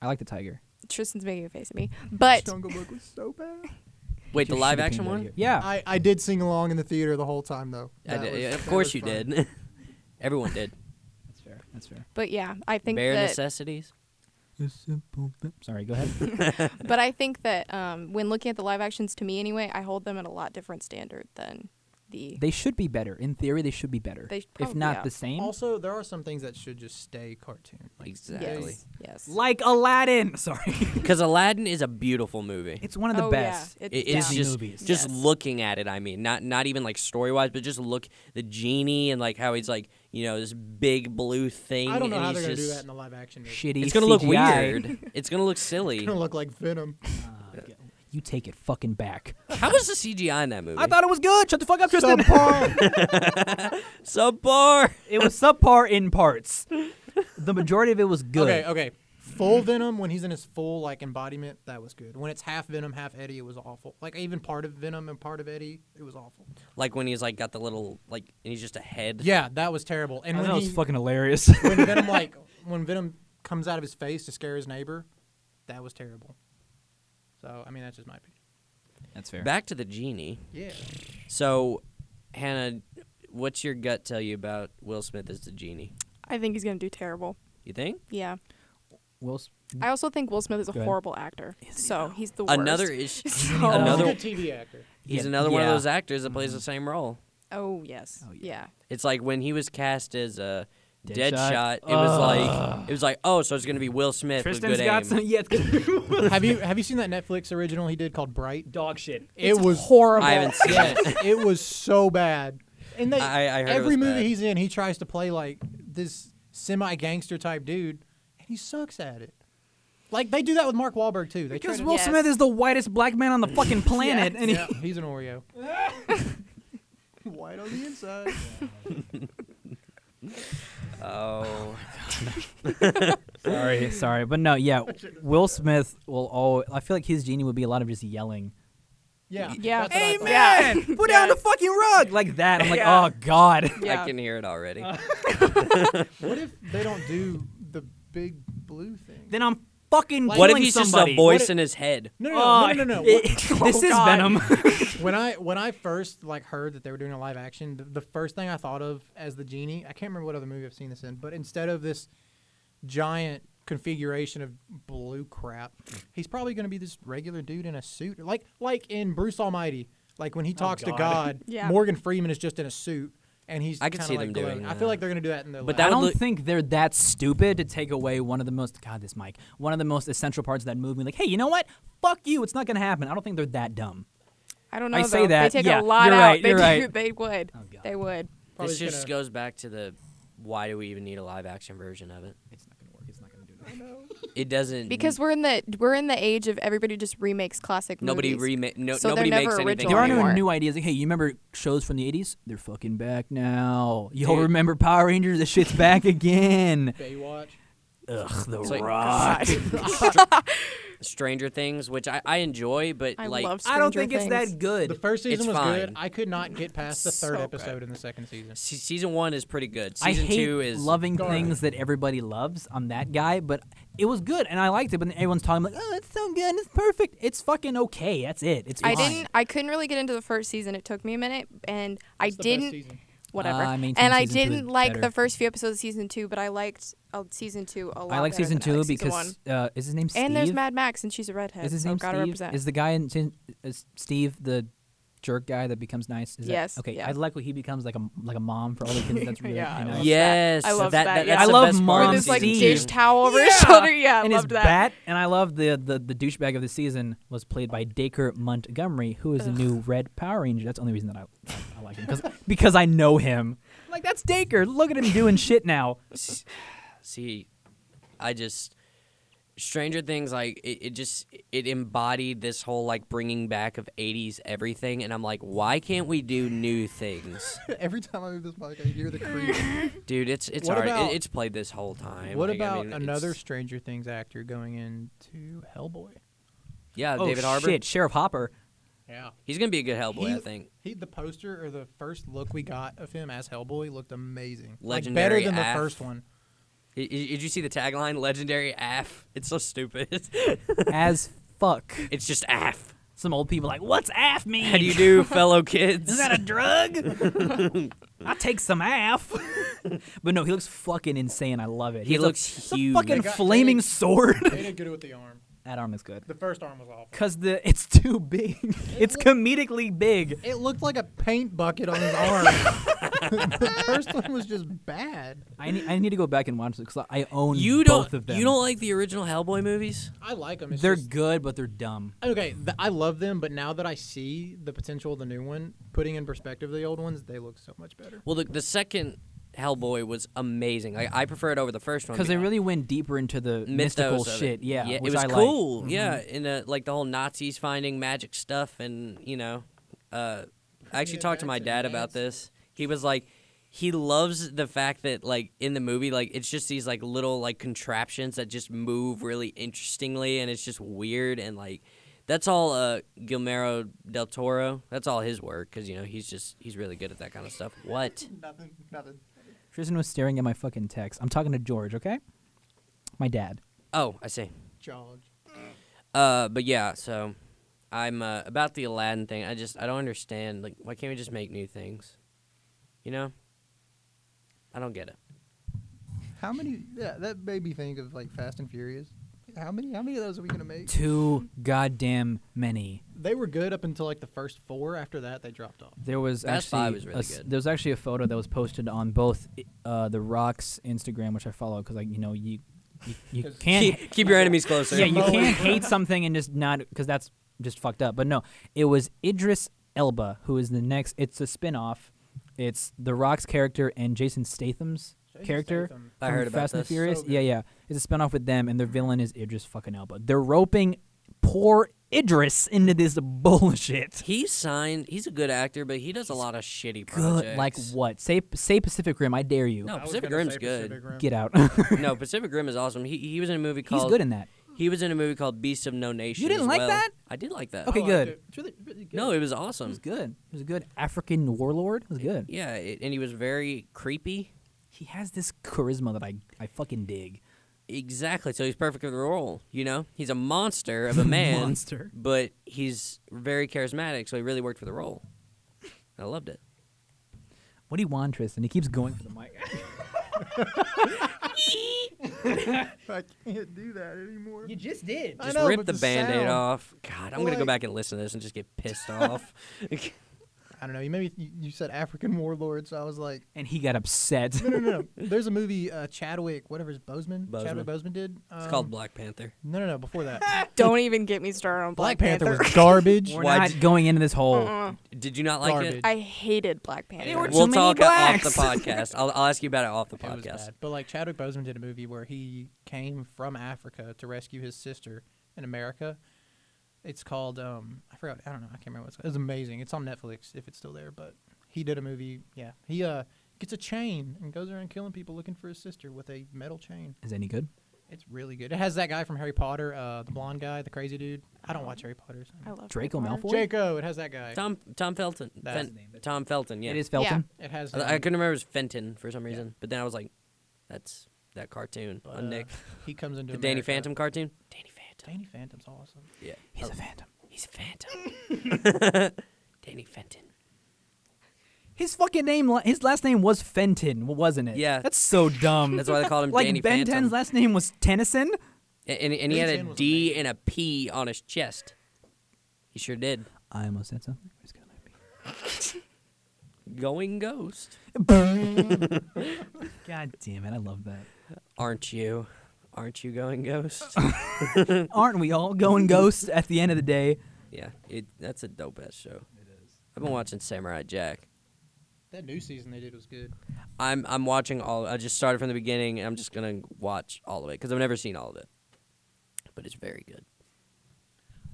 A: I like the tiger.
D: Tristan's making a face at me. But
F: Jungle Book was so bad.
C: Wait, the
A: Should've
C: live
A: peaned
C: action
A: that
C: one?
A: here. Yeah.
B: I, I did sing along in the theater the whole time though.
C: Oh. I
B: That
C: did-
B: was-
C: of
B: that
C: course
B: was
C: you
B: fun.
C: did. Everyone did.
A: That's fair. That's fair.
D: but yeah, I think
C: Bare
D: that
C: necessities.
A: Sorry. Go ahead.
D: but I think that um, when looking at the live actions to me anyway, I hold them at a lot different standard than the
A: they should be better. In theory, they should be better.
D: They
A: if
D: probably-
A: not
D: yeah.
A: the same.
B: Also, there are some things that should just stay cartoon. Like,
C: Exactly.
D: Yes. yes.
A: like Aladdin. Sorry.
C: Because Aladdin is a beautiful movie.
A: it's one of the
D: Oh, yeah.
A: best.
D: It's
C: It-
D: yeah.
C: it's just
A: movies.
C: just
D: Yes.
C: looking at it. I mean, not not even like story wise, but just look the genie and like how he's like you know this big blue thing.
B: I don't know
C: and
B: how
C: he's
B: they're gonna do
C: just-
B: that in the live action. Movie.
A: Shitty.
C: It's gonna look
A: CGI.
C: weird. it's gonna look silly.
B: It's gonna look like Venom.
A: Ah, g- you take it fucking back.
C: How was the CGI in that movie?
A: I thought it was good. Shut the fuck up, Tristan.
C: subpar.
A: it was subpar in parts. The majority of it was good.
B: Okay, okay. Full Venom when he's in his full like embodiment, that was good. When it's half Venom, half Eddie, it was awful. Like even part of Venom and part of Eddie, it was awful.
C: Like when he's like got the little like and he's just a head.
B: Yeah, that was terrible. And
A: I
B: when
A: know
B: he,
A: it's fucking hilarious.
B: when Venom like when Venom comes out of his face to scare his neighbor, that was terrible. So I mean that's just my opinion.
A: That's fair.
C: Back to the genie.
B: Yeah.
C: So, Hannah, what's your gut tell you about Will Smith as the genie?
D: I think he's gonna do terrible.
C: You think?
D: Yeah.
A: Will S-
D: I also think Will Smith is a
A: Mm. Go ahead.
D: horrible actor. so he's the worst.
C: Another is
D: So-
C: Oh, another.
B: He's a good TV actor.
C: He's
A: Yeah.
C: another one of
A: Yeah.
C: those actors that plays the same role.
D: Oh yes.
A: Oh, yeah.
D: yeah.
C: It's like when he was cast as a
A: Deadshot?
C: Deadshot, it was like it was like oh, so it's gonna be Will Smith
A: Tristan's
C: with good
A: got
C: aim.
A: some. Yeah, it's good.
B: have you have you seen that Netflix original he did called Bright?
A: dog shit.
B: It was
D: horrible.
C: I haven't seen
B: yes,
C: it.
B: it was so bad. And they,
C: I- I heard it
B: every
C: was
B: movie
C: bad.
B: he's in, he tries to play like this semi gangster type dude, and he sucks at it. Like they do that with Mark Wahlberg too. They try
A: Because
B: to-
A: Will
D: Yes.
A: Smith is the whitest black man on the fucking planet, and he,
B: yeah, he's an Oreo.
F: Wow.
B: white on the inside.
C: Oh,
A: sorry, sorry, but no, yeah. Will Smith will all. I feel like his genie would be a lot of just yelling.
B: Yeah.
D: Yeah.
B: that's what I thought.
D: Yeah.
A: Put down the fucking rug like that. I'm like, oh god.
D: Yeah.
C: I can hear it already.
B: What if they don't do the big blue thing?
A: then I'm fucking.
B: Like-
C: what if
A: killing
C: he's
A: somebody.
C: just a voice
B: What
C: in his head?
B: no, no,
A: Oh,
B: no, no, no, no.
A: it-
B: What-
A: this is
D: God.
A: Venom.
B: when I when I first like heard that they were doing a live action, the, the first thing I thought of as the genie, I can't remember what other movie I've seen this in, but instead of this giant configuration of blue crap, he's probably going to be this regular dude in a suit, like like in Bruce Almighty, like when he talks to
E: God.
B: God,
D: Yeah.
B: Morgan Freeman is just in a suit and he's.
C: I could
B: kinda,
C: see
B: like,
C: them doing
B: glowing. I
C: that.
B: feel like they're going to do that in the.
C: But
A: I
C: would
A: don't
C: look-
A: think they're that stupid to take away one of the most God, this mic, one of the most essential parts of that movie. Like, hey, you know what? Fuck you. It's not gonna happen. I don't think they're that dumb.
D: I don't know.
A: I say
D: though.
A: that,
D: They take
A: yeah,
D: a lot
A: you're
D: out.
A: right,
D: they
A: you're
D: do-
A: right.
D: They would.
A: Oh, God.
D: they would.
B: Probably
C: this just
B: gonna-
C: goes back to the why do we even need a live action version of it?
A: It's not gonna work. It's not gonna do nothing.
C: It doesn't
D: Because we're in the we're in the age of everybody just remakes classic
C: nobody
D: movies.
C: remake no,
D: So they're
C: nobody
D: never
C: makes anything.
D: original
A: There are no
D: anymore.
A: new ideas. Like, hey, you remember shows from the '80s? They're fucking back now. Y'all
C: Dude.
A: remember Power Rangers? This shit's back again.
B: Baywatch.
A: Ugh, the
C: It's
A: rock.
C: like, Stranger Things, which I, I enjoy, but
D: I
C: like
D: love Stranger
A: I don't think
D: Things.
A: it's that
B: The
A: good.
B: first season
C: It's
B: was good.
C: fine.
B: I could not get past the third
D: So good.
B: episode in the second season.
C: se- season one is pretty good.
A: I
C: Season
A: hate
C: two is
A: loving
B: garbage.
A: things that everybody loves. I'm that guy, but it was good and I liked it. But then everyone's talking like, "Oh, it's so good. and It's perfect. It's fucking okay. That's it. It's
D: I
A: fine."
D: didn't. I couldn't really get into the first season. It took me a minute, and I
B: It's the best
D: didn't.
B: season.
D: Whatever.
A: Uh, I maintain
D: and I
A: season two is
D: didn't like
A: better.
D: the first few episodes of season two, but I liked uh, season two a lot.
A: I like
D: better
A: season
D: than I
A: two
D: liked season
A: because
D: one.
A: Uh, is his name Steve?
D: And there's Mad Max, and she's a redhead.
A: Is his
D: so
A: name
D: gotta
A: Steve?
D: represent.
A: Is the guy in Sin- is Steve the jerk guy that becomes nice? Is that-
D: Yes,
A: okay,
D: yeah.
A: I like what he becomes like a like a mom for all the kids. That's really
D: Yeah, I
A: nice.
D: love
C: Yes,
D: I love
C: that,
D: that, yeah.
C: that's
A: I
C: the
A: love
C: best part
A: Mom
C: of
D: with his like
C: season
A: Steve.
D: dish
C: two.
D: towel over his
A: Yeah.
D: shoulder. Yeah, I
A: and his
D: loved that.
A: bat, and I love the, the the douchebag of the season was played by Dacre Montgomery, who is the new Red Power Ranger. That's the only reason that I I, I like him because because I know him. Like that's Dacre. Look at him doing shit now.
C: S- See, I just Stranger Things like it, it just it embodied this whole like bringing back of 80s everything and I'm like why can't we do new things?
B: Every time I move this mic, I hear the creep.
C: Dude, it's it's
B: What
C: already
B: about-
C: it, it's played this whole time.
B: What
C: Like, I
B: about
C: mean,
B: another
C: it's-
B: Stranger Things actor going into Hellboy?
C: Yeah,
A: oh
C: David Harbour.
A: shit, Sheriff Hopper.
B: Yeah.
C: He's going to be a good Hellboy, I
B: He-
C: think.
B: He the poster or the first look we got of him as Hellboy looked amazing.
C: Legendary
B: like better than
C: ass.
B: the first one.
C: I- I- Did you see the tagline legendary AF? It's so stupid.
A: As fuck.
C: it's just AF.
A: Some old people like, what's AF mean?
C: How do you do, fellow kids?
A: Is that a drug? I take some AF. but no, he looks fucking insane. I love it.
C: He
A: has a-
C: looks
A: it's a
C: huge.
A: fucking
B: They got-
A: flaming
B: they-
A: sword.
B: They did good with the arm.
A: that arm is good.
B: The first arm was awful.
A: Cause the it's too big. it's comedically big.
B: It looked like a paint bucket on his arm. the first one was just bad.
A: I need, I need to go back and watch it because I own
C: you don't
A: both of them.
C: you don't like the original Hellboy movies?
B: I like them.
A: They're good, but they're dumb.
B: okay. th- I love them, but now that I see the potential of the new one, putting in perspective the old ones, they look so much better.
C: Well, the, the second Hellboy was amazing. Like I prefer it over the first one
A: Because they really went deeper into the
C: mythos
A: mystical
C: of it.
A: shit. Yeah,
C: it
A: which
C: was
A: I like. Mm-hmm.
C: cool. Yeah, and uh, like the whole Nazis finding magic stuff, and you know, uh, I actually
B: Yeah,
C: talked to my
B: magic,
C: dad about
B: Nazi.
C: this. He was like, he loves the fact that like in the movie, like it's just these like little like contraptions that just move really interestingly, and it's just weird and like. That's all uh, Guillermo del Toro. That's all his work because you know he's just he's really good at that kind of stuff. What?
F: Nothing. Nothing.
A: Tristan was staring at my fucking text. I'm talking to George, okay? My dad.
C: Oh, I see.
B: George.
C: Uh, but yeah, so I'm uh, about the Aladdin thing. I just I don't understand. Like, why can't we just make new things? You know, I don't get it.
B: How many? Yeah, that made me think of like Fast and Furious. How many? How many of those are we gonna make?
A: Too goddamn many.
B: They were good up until like the first four. After that, they dropped off.
A: There was
C: Fast
A: actually
C: Five was
A: a
C: really
A: s-
C: good.
A: there was actually a photo that was posted on both uh, the Rock's Instagram, which I follow because like you know you you, you
B: 'Cause-
A: can't
C: keep, keep your enemies closer.
A: yeah you
B: Oh,
A: can't hate something and just not because that's just fucked up. But no, it was Idris Elba who is the next. It's a spin off. It's the Rock's character and Jason Statham's
B: Jason
A: character.
B: Statham.
C: I
A: from
C: heard about
A: Fast and
C: this.
A: Furious.
B: So good.
A: yeah, yeah. It's a spinoff with them, and their villain is Idris fucking Elba. They're roping pour Idris into this bullshit.
C: He signed. He's a good actor, but he does a lot of shitty projects.
A: Good, like what? Say say Pacific Rim. I dare you.
C: No,
B: I was
C: Pacific
B: gonna
C: Rim's
B: say
C: good.
B: Pacific Rim.
A: Get out.
C: no, Pacific Rim is awesome. He he was in a movie called.
A: He's good in that.
C: He was in a movie called Beast of No Nation.
A: didn't
C: as
A: like
C: well.
A: that?
C: I did like that.
A: Okay,
B: I liked
A: good.
B: it. It's really, really good.
C: No, it was awesome.
A: It was good. It was a good African warlord. It was good.
C: Yeah, it, and he was very creepy.
A: He has this charisma that I I fucking dig.
C: Exactly. So he's perfect for the role. You know, he's a monster of a man,
A: Monster.
C: but he's very charismatic. So he really worked for the role. I loved it.
A: What do you want, Tristan? He keeps going for the mic.
F: I can't do that anymore.
E: You just did.
B: I
C: Just
B: know,
C: rip
B: but
C: the,
B: the
C: band aid
B: sound.
C: off. God, I'm gonna go
B: Like-
C: back and listen to this and just get pissed off.
B: I don't know. You maybe you, you said African warlord, so I was like,
A: and he got upset.
B: no, no, no. There's a movie uh, Chadwick, whatever, his Boseman,
C: Boseman.
B: Chadwick Boseman did.
C: It's
B: um,
C: called Black Panther.
B: No, no, no. Before that,
D: Don't even get me started on Black,
B: Black Panther
D: Panther.
B: was garbage.
A: We're
C: Why
A: not
C: d-
A: going into this hole.
D: Uh-uh.
C: Did you not like it?
B: Garbage.
D: I hated Black Panther.
A: They were
C: We'll
A: too many
C: talk o- off
A: blacks.
C: the podcast. I'll, I'll ask you about it off the
B: It was
C: podcast.
B: bad. But like Chadwick Boseman did a movie where he came from Africa to rescue his sister in America. It's called um I forgot I don't know I can't remember what it's called. It's amazing. It's on Netflix if it's still there. But he did a movie. Yeah, he uh gets a chain and goes around killing people looking for his sister with a metal chain.
A: Is any good?
B: It's really good. It has that guy from Harry Potter, uh the blonde guy, the crazy dude. I don't watch Harry Potter. so-
D: I love
A: Draco
D: Black
A: Malfoy?
D: Panther.
B: Jaco. It has that guy.
C: Tom Tom Felton.
B: That's
C: Fen-
B: his name.
C: Tom Felton. Yeah,
A: It is Felton.
B: It has.
C: I, I
B: um,
C: couldn't remember it was Fenton for some reason, but then I was like, that's that cartoon
B: but, uh,
C: on Nick,
B: He comes into
C: the Danny
B: America.
C: Phantom cartoon. Danny Phantom.
B: Danny Phantom's awesome.
C: Yeah,
A: He's a phantom.
C: he's a phantom. Danny Fenton.
A: His fucking name, la- his last name was Fenton, wasn't it?
C: Yeah.
A: That's so dumb.
C: That's why they called him
A: like
C: Danny
A: Ben
C: Phantom.
A: 10's last name was Tennyson.
C: A- And, and
B: Danny
C: he had
B: Phantom
C: a
B: was
C: D and a P on his chest. He sure did.
A: I almost said something. I'm just gonna let it be.
C: Going ghost.
A: God damn it! I love that.
C: Aren't you? Aren't you going ghost?
A: Aren't we all going ghost at the end of the day?
C: yeah, it, that's a dope ass show. It is. I've been watching Samurai Jack.
B: That new season they did was good.
C: I'm I'm watching all. I just started from the beginning, and I'm just gonna watch all of it because I've never seen all of it. But it's very good.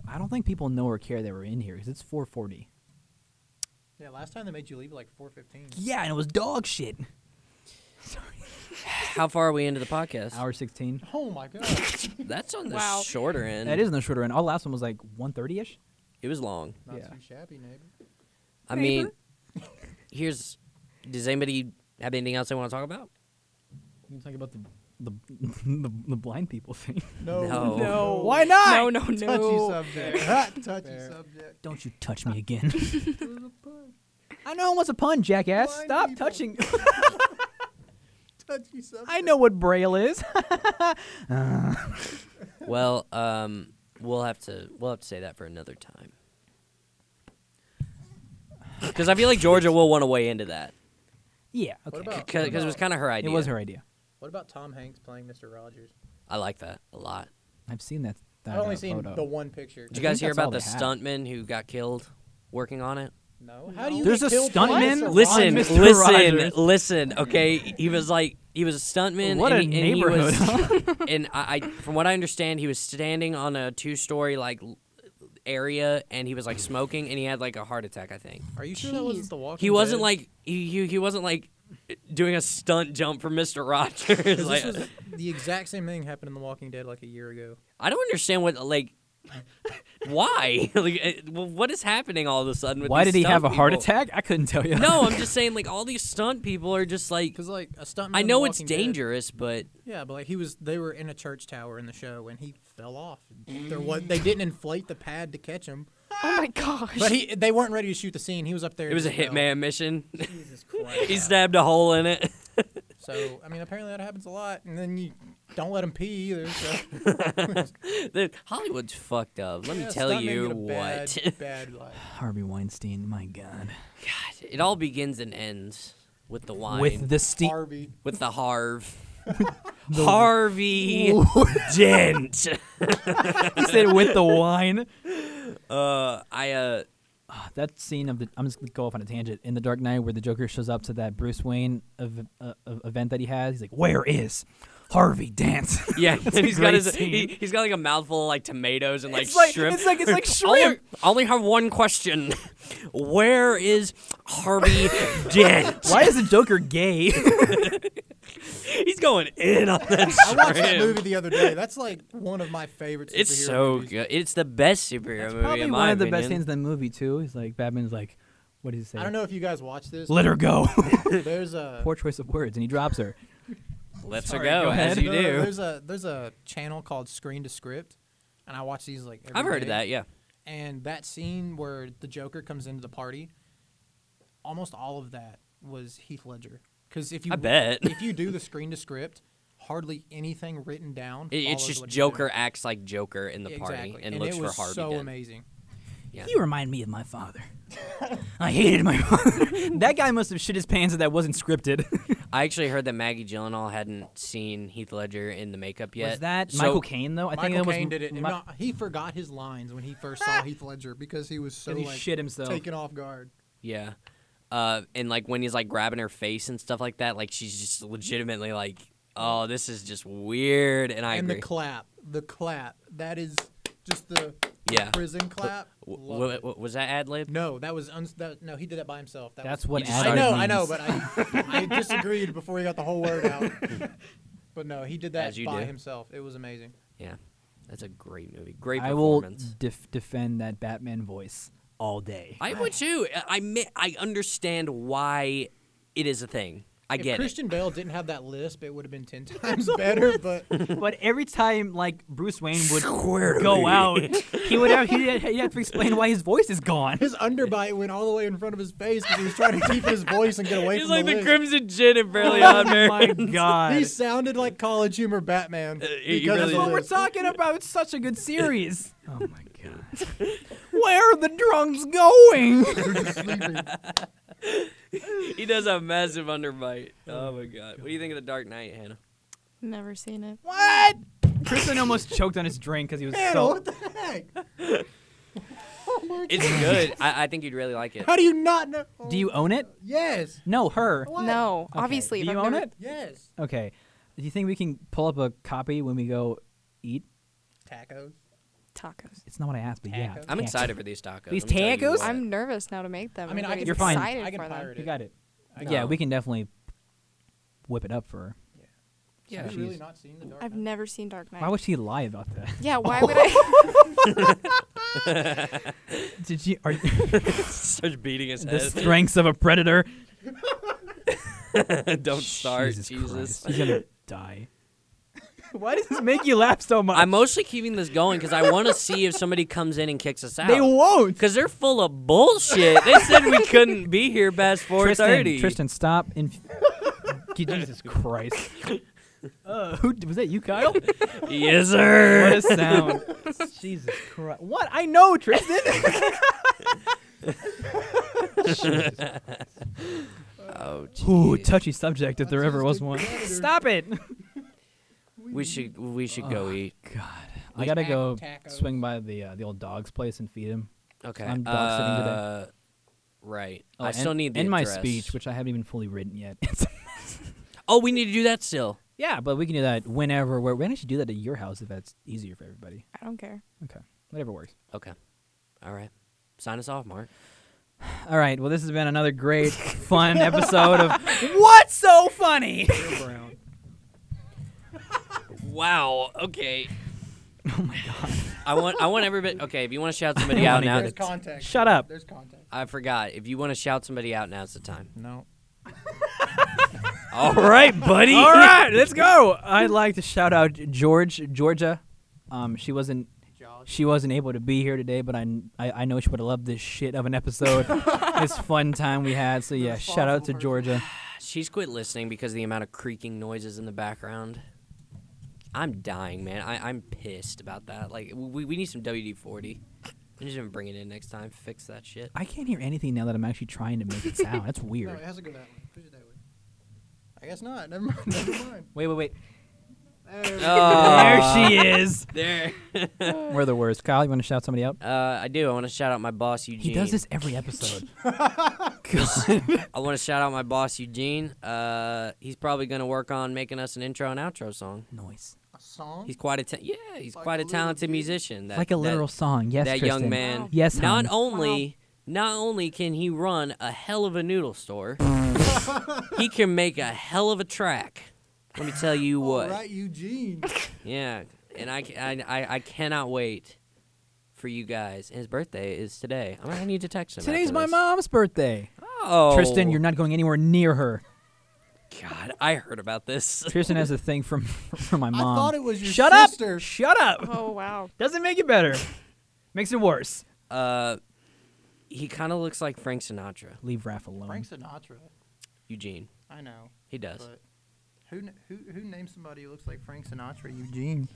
A: I don't think people know or care that we're in here because it's 4:40.
B: Yeah, last time they made you leave at like four fifteen.
A: Yeah, and it was dog shit.
C: How far are we into the podcast?
A: Hour 16.
B: Oh my god.
C: That's on the
D: Wow.
C: shorter end.
A: That is on the shorter end. Our last one was like 1:30 ish.
C: It was long.
B: Not
A: Yeah.
B: too shabby, neighbor.
C: I mean, here's. Does anybody have anything else they want to talk about?
A: You talk about the the, the the blind people thing.
C: No.
D: No.
B: Why not?
D: No, no,
B: Touchy
D: no.
B: subject. Hot
F: Touchy
B: touchy subject.
F: subject.
A: Don't you touch me again.
F: It was a pun.
A: I know it was a pun, jackass.
F: Blind
A: Stop
F: people.
A: touching.
F: Touchy subject.
A: I know what braille is.
C: Well, um, we'll have to we'll have to say that for another time. Because I feel like Georgia will want to weigh into that
A: yeah. Okay.
B: What about
C: because
B: what
C: it was
B: about-
C: kind of her idea.
A: It was her idea.
B: What about Tom Hanks playing Mr. Rogers?
C: I like that a lot.
A: I've seen that. that
B: I've only
A: uh,
B: seen
A: photo.
B: the one picture.
C: Did you
A: I think
C: guys hear
A: that's all
C: about the
A: they had.
C: stuntman who got killed working on it?
B: No. How do you
A: There's
B: get
A: a
B: killed playing
A: stuntman?
B: Mr.
C: Listen,
B: Rogers?
A: Mr.
C: listen,
A: Rogers.
C: listen. Okay, he was like he was a stuntman.
A: What
C: and
A: a
C: he, and he was- and I, I, from what I understand, he was standing on a two-story like l- area, and he was like smoking, and he had like a heart attack. I think
B: Are you sure that wasn't
D: Jeez.
B: the walking
C: he wasn't
B: Dead?
C: like he he, he wasn't like doing a stunt jump for Mister Rogers.
B: 'Cause
C: like,
B: this was the exact same thing happened in The Walking Dead like a year ago.
C: I don't understand what like. Why? like, eh, well, what is happening all of a sudden? With
A: Why
C: these
A: did he
C: stunt
A: have a heart
C: people?
A: attack? I couldn't tell you.
C: No, I'm just saying, like all these stunt people are just like.
B: Because like a stuntman.
C: I
B: in
C: know
B: The
C: it's
B: Walking Dead-
C: dangerous, but
B: Yeah, but like he was, they were in a church tower in the show, and he fell off. There was, they didn't inflate the pad to catch him,
D: Oh my gosh.
B: but he, they weren't ready to shoot the scene. He was up there.
C: it was a
B: and he fell.
C: hitman mission.
B: Jesus Christ.
C: he stabbed a hole in it.
B: So I mean, apparently that happens a lot, and then you don't let them pee either. So
C: The- Hollywood's fucked up. Let me
B: Yeah,
C: tell
B: stuntmen
C: you
B: get a bad-
C: what.
B: Bad life.
A: Harvey Weinstein. My God.
C: God, it all begins and ends with the wine.
A: With the steep.
B: Harvey.
C: with the Harv. Harvey Dent.
A: he said with the wine.
C: Uh, I uh,
A: That scene of the. I'm just gonna go off on a tangent. In the Dark Knight, where the Joker shows up to that Bruce Wayne ev- uh, uh, event that he has, he's like, "Where is Harvey dance.
C: Yeah, and he's got
A: great
C: his
A: scene.
C: he, he's got like a mouthful of like tomatoes and like
A: It's like-
C: shrimp.
A: it's like- it's like
C: I only-
A: shrimp.
C: I only have one question. Where is Harvey Dent?
A: Why is the Joker gay?
C: He's going in on that
B: I watched that
C: shrimp.
B: movie the other day. That's like one of my favorite.
C: It's
B: superhero
C: so
B: movies.
C: good. It's the best superhero movie
A: Probably
C: in
A: one
C: my
A: of the
C: opinion.
A: best things in the movie too. Is like Batman's like, what did he say?
B: I don't know if you guys watch this.
A: Let her go.
B: There's a
A: Poor choice of words, and he drops her.
C: Let's
A: Sorry,
C: go,
A: go
C: as
A: ahead.
C: you
B: no, no, no,
C: do.
B: There's a there's a channel called Screen to Script, and I watch these like. Every
C: I've heard
B: day.
C: of that. Yeah.
B: And that scene where the Joker comes into the party, almost all of that was Heath Ledger. Because if you
C: I bet.
B: if you do the Screen to Script, hardly anything written down.
C: It, it's
B: follows
C: just
B: what he did.
C: Joker acts like Joker in the
B: exactly.
C: party and,
B: and
C: looks
B: it was
C: for Harvey
B: So
C: Dent.
B: amazing.
C: Yeah.
A: You remind me of my father. I hated my father. that guy must have shit his pants if that wasn't scripted.
C: I actually heard that Maggie Gyllenhaal hadn't seen Heath Ledger in the makeup yet.
A: was that
C: so-
A: Michael Caine though? I
B: Michael
A: that was
B: Caine did it. and
A: Mi-
B: not- he forgot his lines when he first saw Heath Ledger because he was so
A: And he
B: like
A: shit himself.
B: taken off guard.
C: Yeah. Uh, and like when he's like grabbing her face and stuff like that, like she's just legitimately like, "Oh, this is just weird." And I
B: and
C: agree.
B: the clap, the clap. That is just the
C: Yeah.
B: prison clap.
C: W-
B: Love
C: w-
B: it.
C: w- was that ad lib?
B: no, that was uns- that, no. He did that by himself. That
A: That's
B: was,
A: what
C: You
A: ad
C: just
B: I
C: started
B: know,
A: means.
B: I know, but I, I disagreed before he got the whole word out. But no, he did that
C: As you
B: by
C: do.
B: himself. It was amazing.
C: Yeah, that's a great movie. Great
A: I will
C: performance.
A: def- defend that Batman voice all day.
C: I would too. I- I mi- I understand why it is a thing. I
B: if
C: get it.
B: Christian Bale didn't have that lisp, it would have been ten times better. But
A: but every time like Bruce Wayne would go out, he would have he'd, he'd have to explain why his voice is gone.
B: his underbite went all the way in front of his face because he was trying to keep his voice and get away
C: It's
B: from
C: like
B: the
C: the
B: lisp.
C: Crimson Gin and Barely
A: oh
C: On
A: my
C: There.
A: god.
B: He sounded like college humor Batman.
C: Uh, he
B: because of
C: really
A: That's
B: the
A: what we're
B: lisp.
A: talking about. It's such a good series. oh my god. Where are the drums going?
C: He does a massive underbite. Oh my god. What do you think of The Dark Knight, Hannah?
D: Never seen it.
A: what? Kristen almost choked on his drink because he was
B: Man,
A: so.
B: what the heck?
C: It's good. I, I think you'd really like it.
B: How do you not know?
A: Do you own it?
B: Yes.
A: No, her.
B: What?
D: No,
A: Okay.
D: obviously.
A: Do
D: if
A: you
D: I've
A: own
D: never-
A: it?
B: Yes.
A: Okay. Do you think we can pull up a copy when we go eat?
B: Tacos.
D: Tacos.
A: It's not what I asked, but yeah.
B: Tacos.
C: I'm
A: Tacos.
C: excited for these tacos.
A: These
C: let me tell you
A: tacos?
C: what.
D: I'm nervous now to make them.
B: I mean,
D: I'm
B: I
D: really
B: can-
A: You're fine.
D: excited
B: I can
D: for them.
B: pirate
A: You got it.
B: I
A: Yeah,
C: No.
A: we can definitely whip it up for her.
C: Yeah.
B: Have you really
A: Jeez.
B: not seen the Dark
D: I've
B: Knight?
D: never seen Dark Knight.
A: Why would she lie about that?
D: yeah, why would I?
A: Did she? Are
C: starts beating his
A: the
C: head.
A: strengths of a predator?
C: Don't start, Jesus.
A: Christ. He's gonna die. Why does this make you laugh so much?
C: I'm mostly keeping this going because I want to see if somebody comes in and kicks us out.
A: they won't.
C: because they're full of bullshit. They said we couldn't be here past 4:30.
A: Tristan, Tristan, stop! And Jesus Christ. Uh, who was that? You, Kyle? what
C: yes, sir.
A: a sound! Jesus Christ! What? I know, Tristan.
C: Oh,
A: Ooh,
C: jeez.
A: touchy subject if there ever was one. Stop it!
C: we should we should go eat.
A: I gotta
B: Tac-
A: go
B: tacos.
A: swing by the uh, the old dog's place and feed him.
C: Okay.
A: I'm dog sitting today.
C: uh, Right.
A: Oh,
C: I
A: and-
C: still need the
A: and my
C: address.
A: speech, which I haven't even fully written yet.
C: Oh, we need to do that still.
A: yeah, but we can do that whenever. We're, we're gonna actually do that at your house if that's easier for everybody.
D: I don't care.
A: Okay, whatever works.
C: Okay. All right. Sign us off, Mark.
A: All right. Well, this has been another great, fun episode of What's So Funny?
B: Neil Brown.
C: Wow. Okay. Oh my god. I want I want everybody. Okay, if you want to shout somebody
A: don't
C: out
A: wanna
C: now,
B: There's
C: that's,
B: contact.
A: Shut up.
B: There's contact.
C: I forgot. If you want to shout somebody out, now's the time.
B: No.
C: All right, buddy.
A: All right, let's go. I'd like to shout out George, Georgia. Um, she wasn't. She wasn't able to be here today, but I, I, I know she would have loved this shit of an episode, this fun time we had. So yeah, shout out to Georgia.
C: She's quit listening because of the amount of creaking noises in the background. I'm dying, man. I, I'm pissed about that. Like, we, we need some WD 40. I'm just gonna bring it in next time. Fix that shit.
A: I can't hear anything now that I'm actually trying to make it sound. That's
B: No,
A: weird.
B: it has to go that way. Push it that way. I guess not. Never mind. Never mind.
A: Wait, wait, wait.
B: There we go.
C: Oh,
A: There she is.
C: There.
A: We're the worst. Kyle, you want to shout somebody out?
C: Uh, I do. I want to shout out my boss Eugene.
A: He does this every episode.
C: I want to shout out my boss Eugene. Uh, he's probably gonna work on making us an intro and outro song.
A: Noise.
B: A song?
C: He's quite a ta- yeah. He's
B: Like
C: quite
B: a
C: a
B: little
C: talented
B: dude.
C: musician. That,
A: like a
C: that-
A: literal song. Yes,
C: that
A: Tristan.
C: young man.
D: Wow.
A: Yes, hon.
C: Not only not only can he run a hell of a noodle store, he can make a hell of a track. Let me tell you what.
B: All right, Eugene.
C: Yeah, and I, ca- I I I cannot wait for you guys. And his birthday is today. I'm gonna need to text him.
A: Today's
C: after
A: my
C: this.
A: mom's birthday.
C: Oh,
A: Tristan, you're not going anywhere near her.
C: God, I heard about this.
A: Tristan has a thing from from my
B: I
A: mom.
B: thought it was your
A: Shut
B: sister.
A: up! Shut up!
D: Oh wow.
A: Doesn't make it better. Makes it worse.
C: Uh, he kind of looks like Frank Sinatra.
A: Leave Raph alone.
B: Frank Sinatra.
C: Eugene,
B: I know,
C: he does.
B: but who kn- who who names somebody who looks like Frank Sinatra? Eugene.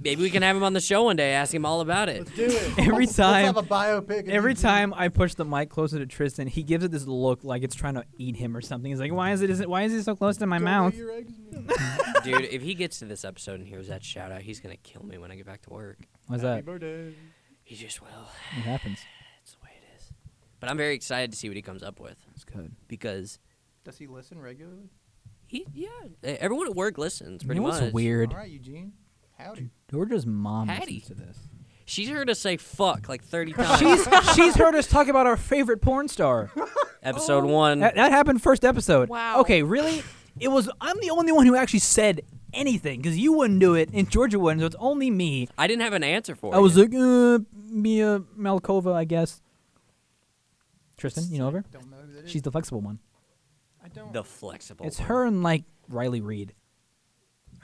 C: Maybe we can have him on the show one day. Ask him all about it.
B: do it.
A: Every time-
B: Let's have a biopic. of
A: Every
B: Eugene.
A: time I push the mic closer to Tristan, he gives it this look like it's trying to eat him or something. He's like, "Why is it? Is it why is he so close to my
B: Don't lay
A: mouth?"
B: your eggs in me.
C: Dude, if he gets to this episode and hears that shout out, he's gonna kill me when I get back to work.
A: What's
B: Happy
A: that?
B: birthday.
C: He just will.
A: It happens.
C: That's the way it is. But I'm very excited to see what he comes up with
A: It's good.
C: because
B: Does he listen regularly?
C: he, yeah, e, everyone at work listens
A: You
C: pretty
A: know what's
C: much.
A: weird?
B: All right, Eugene. Howdy.
A: Georgia's mom
C: Hattie.
A: listens to this.
C: She's heard us say fuck like 30 times.
A: She's she's heard us talk about our favorite porn star.
C: Episode one.
A: Oh. That, that happened first episode.
D: Wow.
A: Okay, really? It was I'm the only one who actually said anything because you wouldn't do it and Georgia wouldn't, so it's only me.
C: I didn't have an answer for
A: I was
C: you.
A: like, uh, Mia Malkova, I guess. Tristan, you know of her?
B: Don't know who that is.
A: She's the flexible one.
B: I don't.
C: the flexible.
A: It's
C: one.
A: her and like Riley Reed.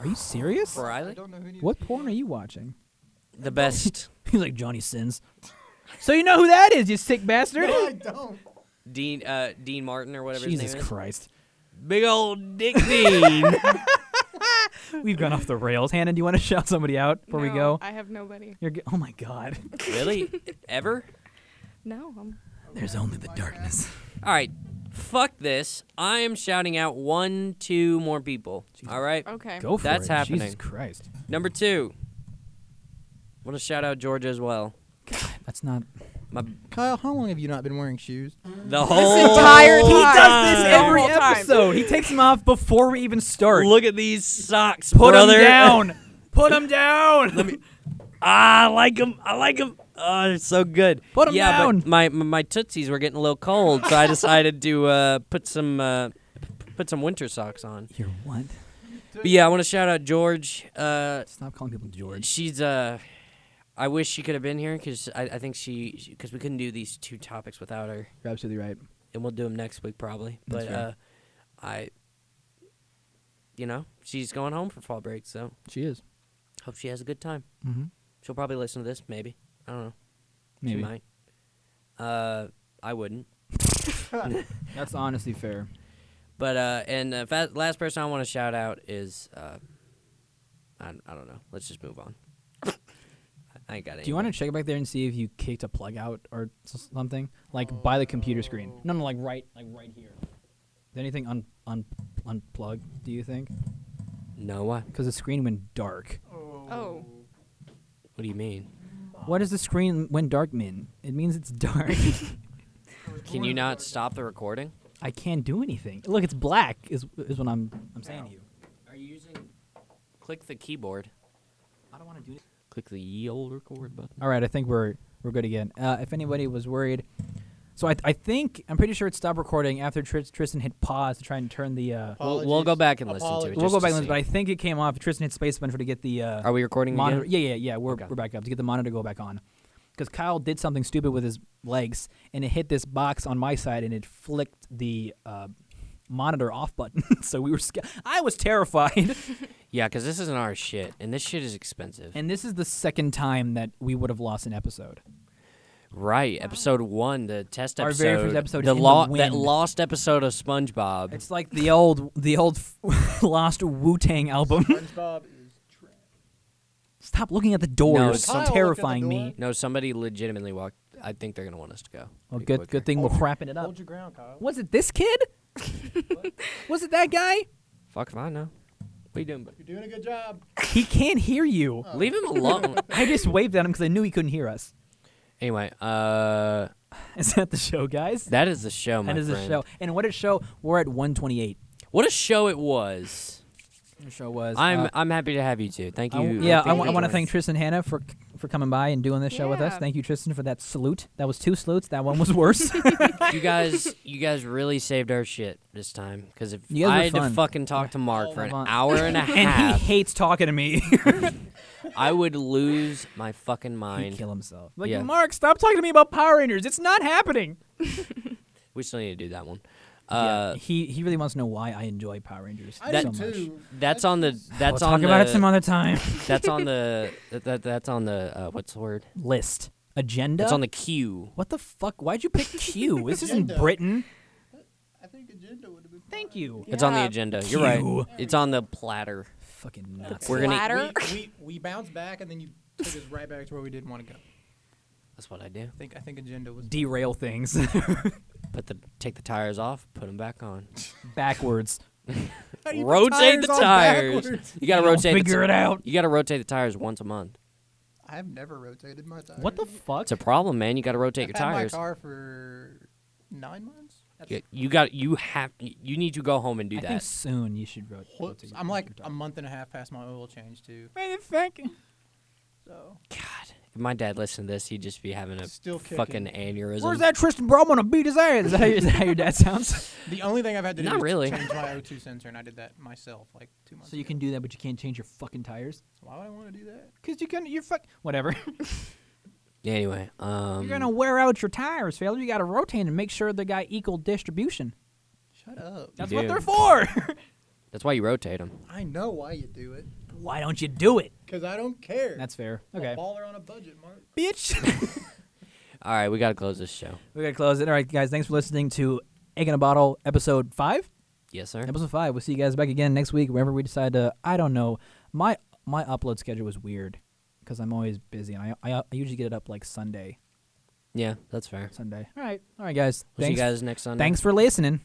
A: Are you serious?
C: For
B: I
C: Riley?
B: don't know who these
A: What
B: people
A: porn are you watching?
C: The best.
A: He's like Johnny Sins. So you know who that is, you sick bastard.
B: No, I don't.
C: Dean uh, Dean Martin or whatever his
A: Jesus
C: name is.
A: Christ.
C: Big old Dick Dean.
A: We've gone off the rails. Hannah, do you want to shout somebody out before we
D: No,
A: go?
D: I have nobody.
A: You're g- oh my god.
C: really? Ever?
D: No. I'm,
A: There's only the darkness.
C: All right. Fuck this. I am shouting out one, two more people. All right.
D: okay.
A: Go for
C: That's
A: it.
C: happening.
A: Jesus Christ.
C: Number two. Want to shout out Georgia as well.
A: That's not
C: My
B: Kyle, how long have you not been wearing shoes?
C: the whole
D: entire
A: He does this
D: time.
A: every
D: The whole time.
A: episode. He takes them off before we even start.
C: Look at these socks,
A: Put them
C: brother.
A: down. Put them down. Let me
C: Ah, I like them. I like them. Oh, they're so good.
A: Put 'em
C: yeah,
A: down.
C: But my my- my tootsies were getting a little cold, so I decided to uh, put some uh, p- put some winter socks on.
A: You're what?
C: But yeah, I want to shout out George. Uh,
A: Stop calling people George.
C: she's uh, I wish she could have been here because I, I think she because we couldn't do these two topics without her,
A: You're absolutely right.
C: and we'll do them next week probably.
A: That's
C: But
A: fair.
C: uh, I, you know, she's going home for fall break, so
A: She is.
C: hope she has a good time.
A: Mm-hmm.
C: She'll probably listen to this, maybe. I don't know.
A: Maybe.
C: She might. Uh, I wouldn't.
A: That's honestly fair.
C: But uh, and the fa- last person I want to shout out is uh, I, I don't know. Let's just move on. I ain't got it.
A: Do you want to check back there and see if you kicked a plug out or s- something? Like by the computer screen. No, no, like right, like right here. Did anything un un unplug? Do you think?
C: No, what?
A: Because the screen went dark.
D: Oh.
C: What do you mean?
A: What does the screen went dark mean? It means it's dark.
C: Can you not stop the recording?
A: I can't do anything. Look, it's black. Is is what I'm I'm saying to you.
C: Are you using? Click the keyboard.
A: I don't want to do it.
C: Click the ye old record button.
A: All right, I think we're we're good again. Uh, if anybody was worried, so I I think I'm pretty sure it stopped recording after Tris- Tristan hit pause to try and turn the. Uh,
C: We'll, we'll go
B: Apologies.
C: back and listen to it.
B: Apologies.
A: We'll
C: Oh, just
A: go
C: to
A: back and
C: see.
A: but I think it came off. Tristan hit space button for to get the uh,
C: Are we recording
A: monitor.
C: again?
A: Yeah, yeah, yeah. We're,
C: Okay.
A: we're back up to get the monitor to go back on, because Kyle did something stupid with his legs and it hit this box on my side and it flicked the uh, monitor off button. so we were sca- I was terrified.
C: Yeah, because this isn't our shit, and this shit is expensive.
A: and this is the second time that we would have lost an episode.
C: Right, episode one, the test
A: Our
C: episode,
A: very first episode
C: the
A: in the
C: that
A: wind.
C: lost episode of SpongeBob.
A: It's like the old the old f- lost Wu Tang album.
B: SpongeBob is trash.
A: Stop looking at the doors.
C: No,
A: it's
C: Kyle
B: looked at the
A: terrifying me.
B: door.
C: no, somebody legitimately walked. I think they're gonna want us to go.
A: Well,
C: Be
A: Oh, good
C: quicker.
A: good thing we're wrapping it up.
B: Hold your ground, Kyle.
A: Was it this kid? Was it that guy?
C: Fuck if I know. What are you doing, buddy?
B: You're doing a good job.
A: He can't hear you.
C: Leave him alone.
A: I just waved at him because I knew he couldn't hear us.
C: anyway, uh,
A: Is that the show, guys?
C: that is the show, my
A: that is the
C: friend.
A: show. And what a show! We're at 128.
C: What a show it was.
A: The show was.
C: I'm
A: uh,
C: I'm happy to have you too. Thank
A: I
C: you.
A: w- yeah, I
D: thank you
A: want to
D: guys.
A: thank Tristan Hannah for for coming by and doing this show with us.
D: Yeah.
A: Thank you, Tristan, for that salute. That was two salutes. That one was worse.
C: you guys. You guys really saved our shit this time because if
A: You guys
C: I
A: were
C: had
A: fun.
C: to fucking talk to Mark for an
A: fun.
C: hour and a
A: and he
C: half,
A: hates talking to me.
C: I would lose my fucking
A: He'd
C: mind.
A: kill himself. Like
C: Yeah.
A: Mark, stop talking to me about Power Rangers. It's not happening.
C: We still need to do that one. Uh,
A: he he really wants to know why I enjoy Power Rangers
B: I
A: so
B: do
A: much.
B: too.
C: That's on the.
A: We'll
C: That's
A: talk
C: on
A: about it
C: the-
A: some other time.
C: That's on the. That, that, that's on the. Uh, what's the word?
A: List agenda.
C: That's on the queue.
A: What the fuck? Why'd you pick Q? This isn't
B: Agenda.
A: Britain.
B: I think agenda would have been.
A: Thank you.
C: It's on the
D: Yeah.
C: agenda. You're right.
A: Queue.
C: It's on the platter.
A: Fucking nuts.
C: We're gonna-
D: Platter?
B: We, we we bounced back and then you took us right back to where we didn't want to go.
C: That's what I do.
B: I think I think agenda was.
A: derail things
C: Put the take the tires off. Put them back on.
A: backwards.
B: How do you put
C: rotate the
B: on
C: tires.
B: backwards?
C: You gotta
A: I'll
C: rotate. the
A: figure it out.
C: You gotta rotate the tires once a month.
B: I've never rotated my tires.
A: What the fuck?
C: It's a problem, man. You gotta rotate
B: I've
C: your
B: had
C: tires.
B: my car for nine months. That's-
C: You, you got. You have. You need to go home and do
A: I think
C: that.
A: soon you should rotate.
B: Whoops. I'm like a month and a half past my oil change too. So
C: God, if my dad listened to this, he'd just be having a
B: Still kicking.
C: fucking aneurysm.
A: Where's that Tristan Bro? I'm gonna beat his ass. Is that how, is that how your dad sounds?
B: the only thing I've had to do
C: Not
B: is
C: really.
B: change my O2 sensor, and I did that myself like two months.
A: so you
B: ago.
A: can do that, but you can't change your fucking tires.
B: Why would I want to do that?
A: Cause you can, you're fuck. Whatever.
C: Anyway, um,
A: you're gonna wear out your tires, fella. You gotta rotate and make sure they got equal distribution.
B: Shut up.
A: That's
C: You
A: what
C: do.
A: they're for.
C: That's why you rotate them.
B: I know why you do it.
A: Why don't you do it?
B: Cause I don't care.
A: That's fair.
B: I'm
A: Okay.
B: A baller on a budget, Mark.
A: Bitch.
C: All right, we gotta close this show.
A: we gotta close it. All right, guys. Thanks for listening to Egg in a Bottle, episode five.
C: Yes, sir.
A: Episode five. We'll see you guys back again next week. Whenever we decide to, I don't know. My my upload schedule was weird because I'm always busy, and I, I I usually get it up like Sunday.
C: Yeah, that's fair.
A: Sunday. All right. All right, guys.
C: We'll see you
A: thanks.
C: guys next Sunday.
A: Thanks for listening.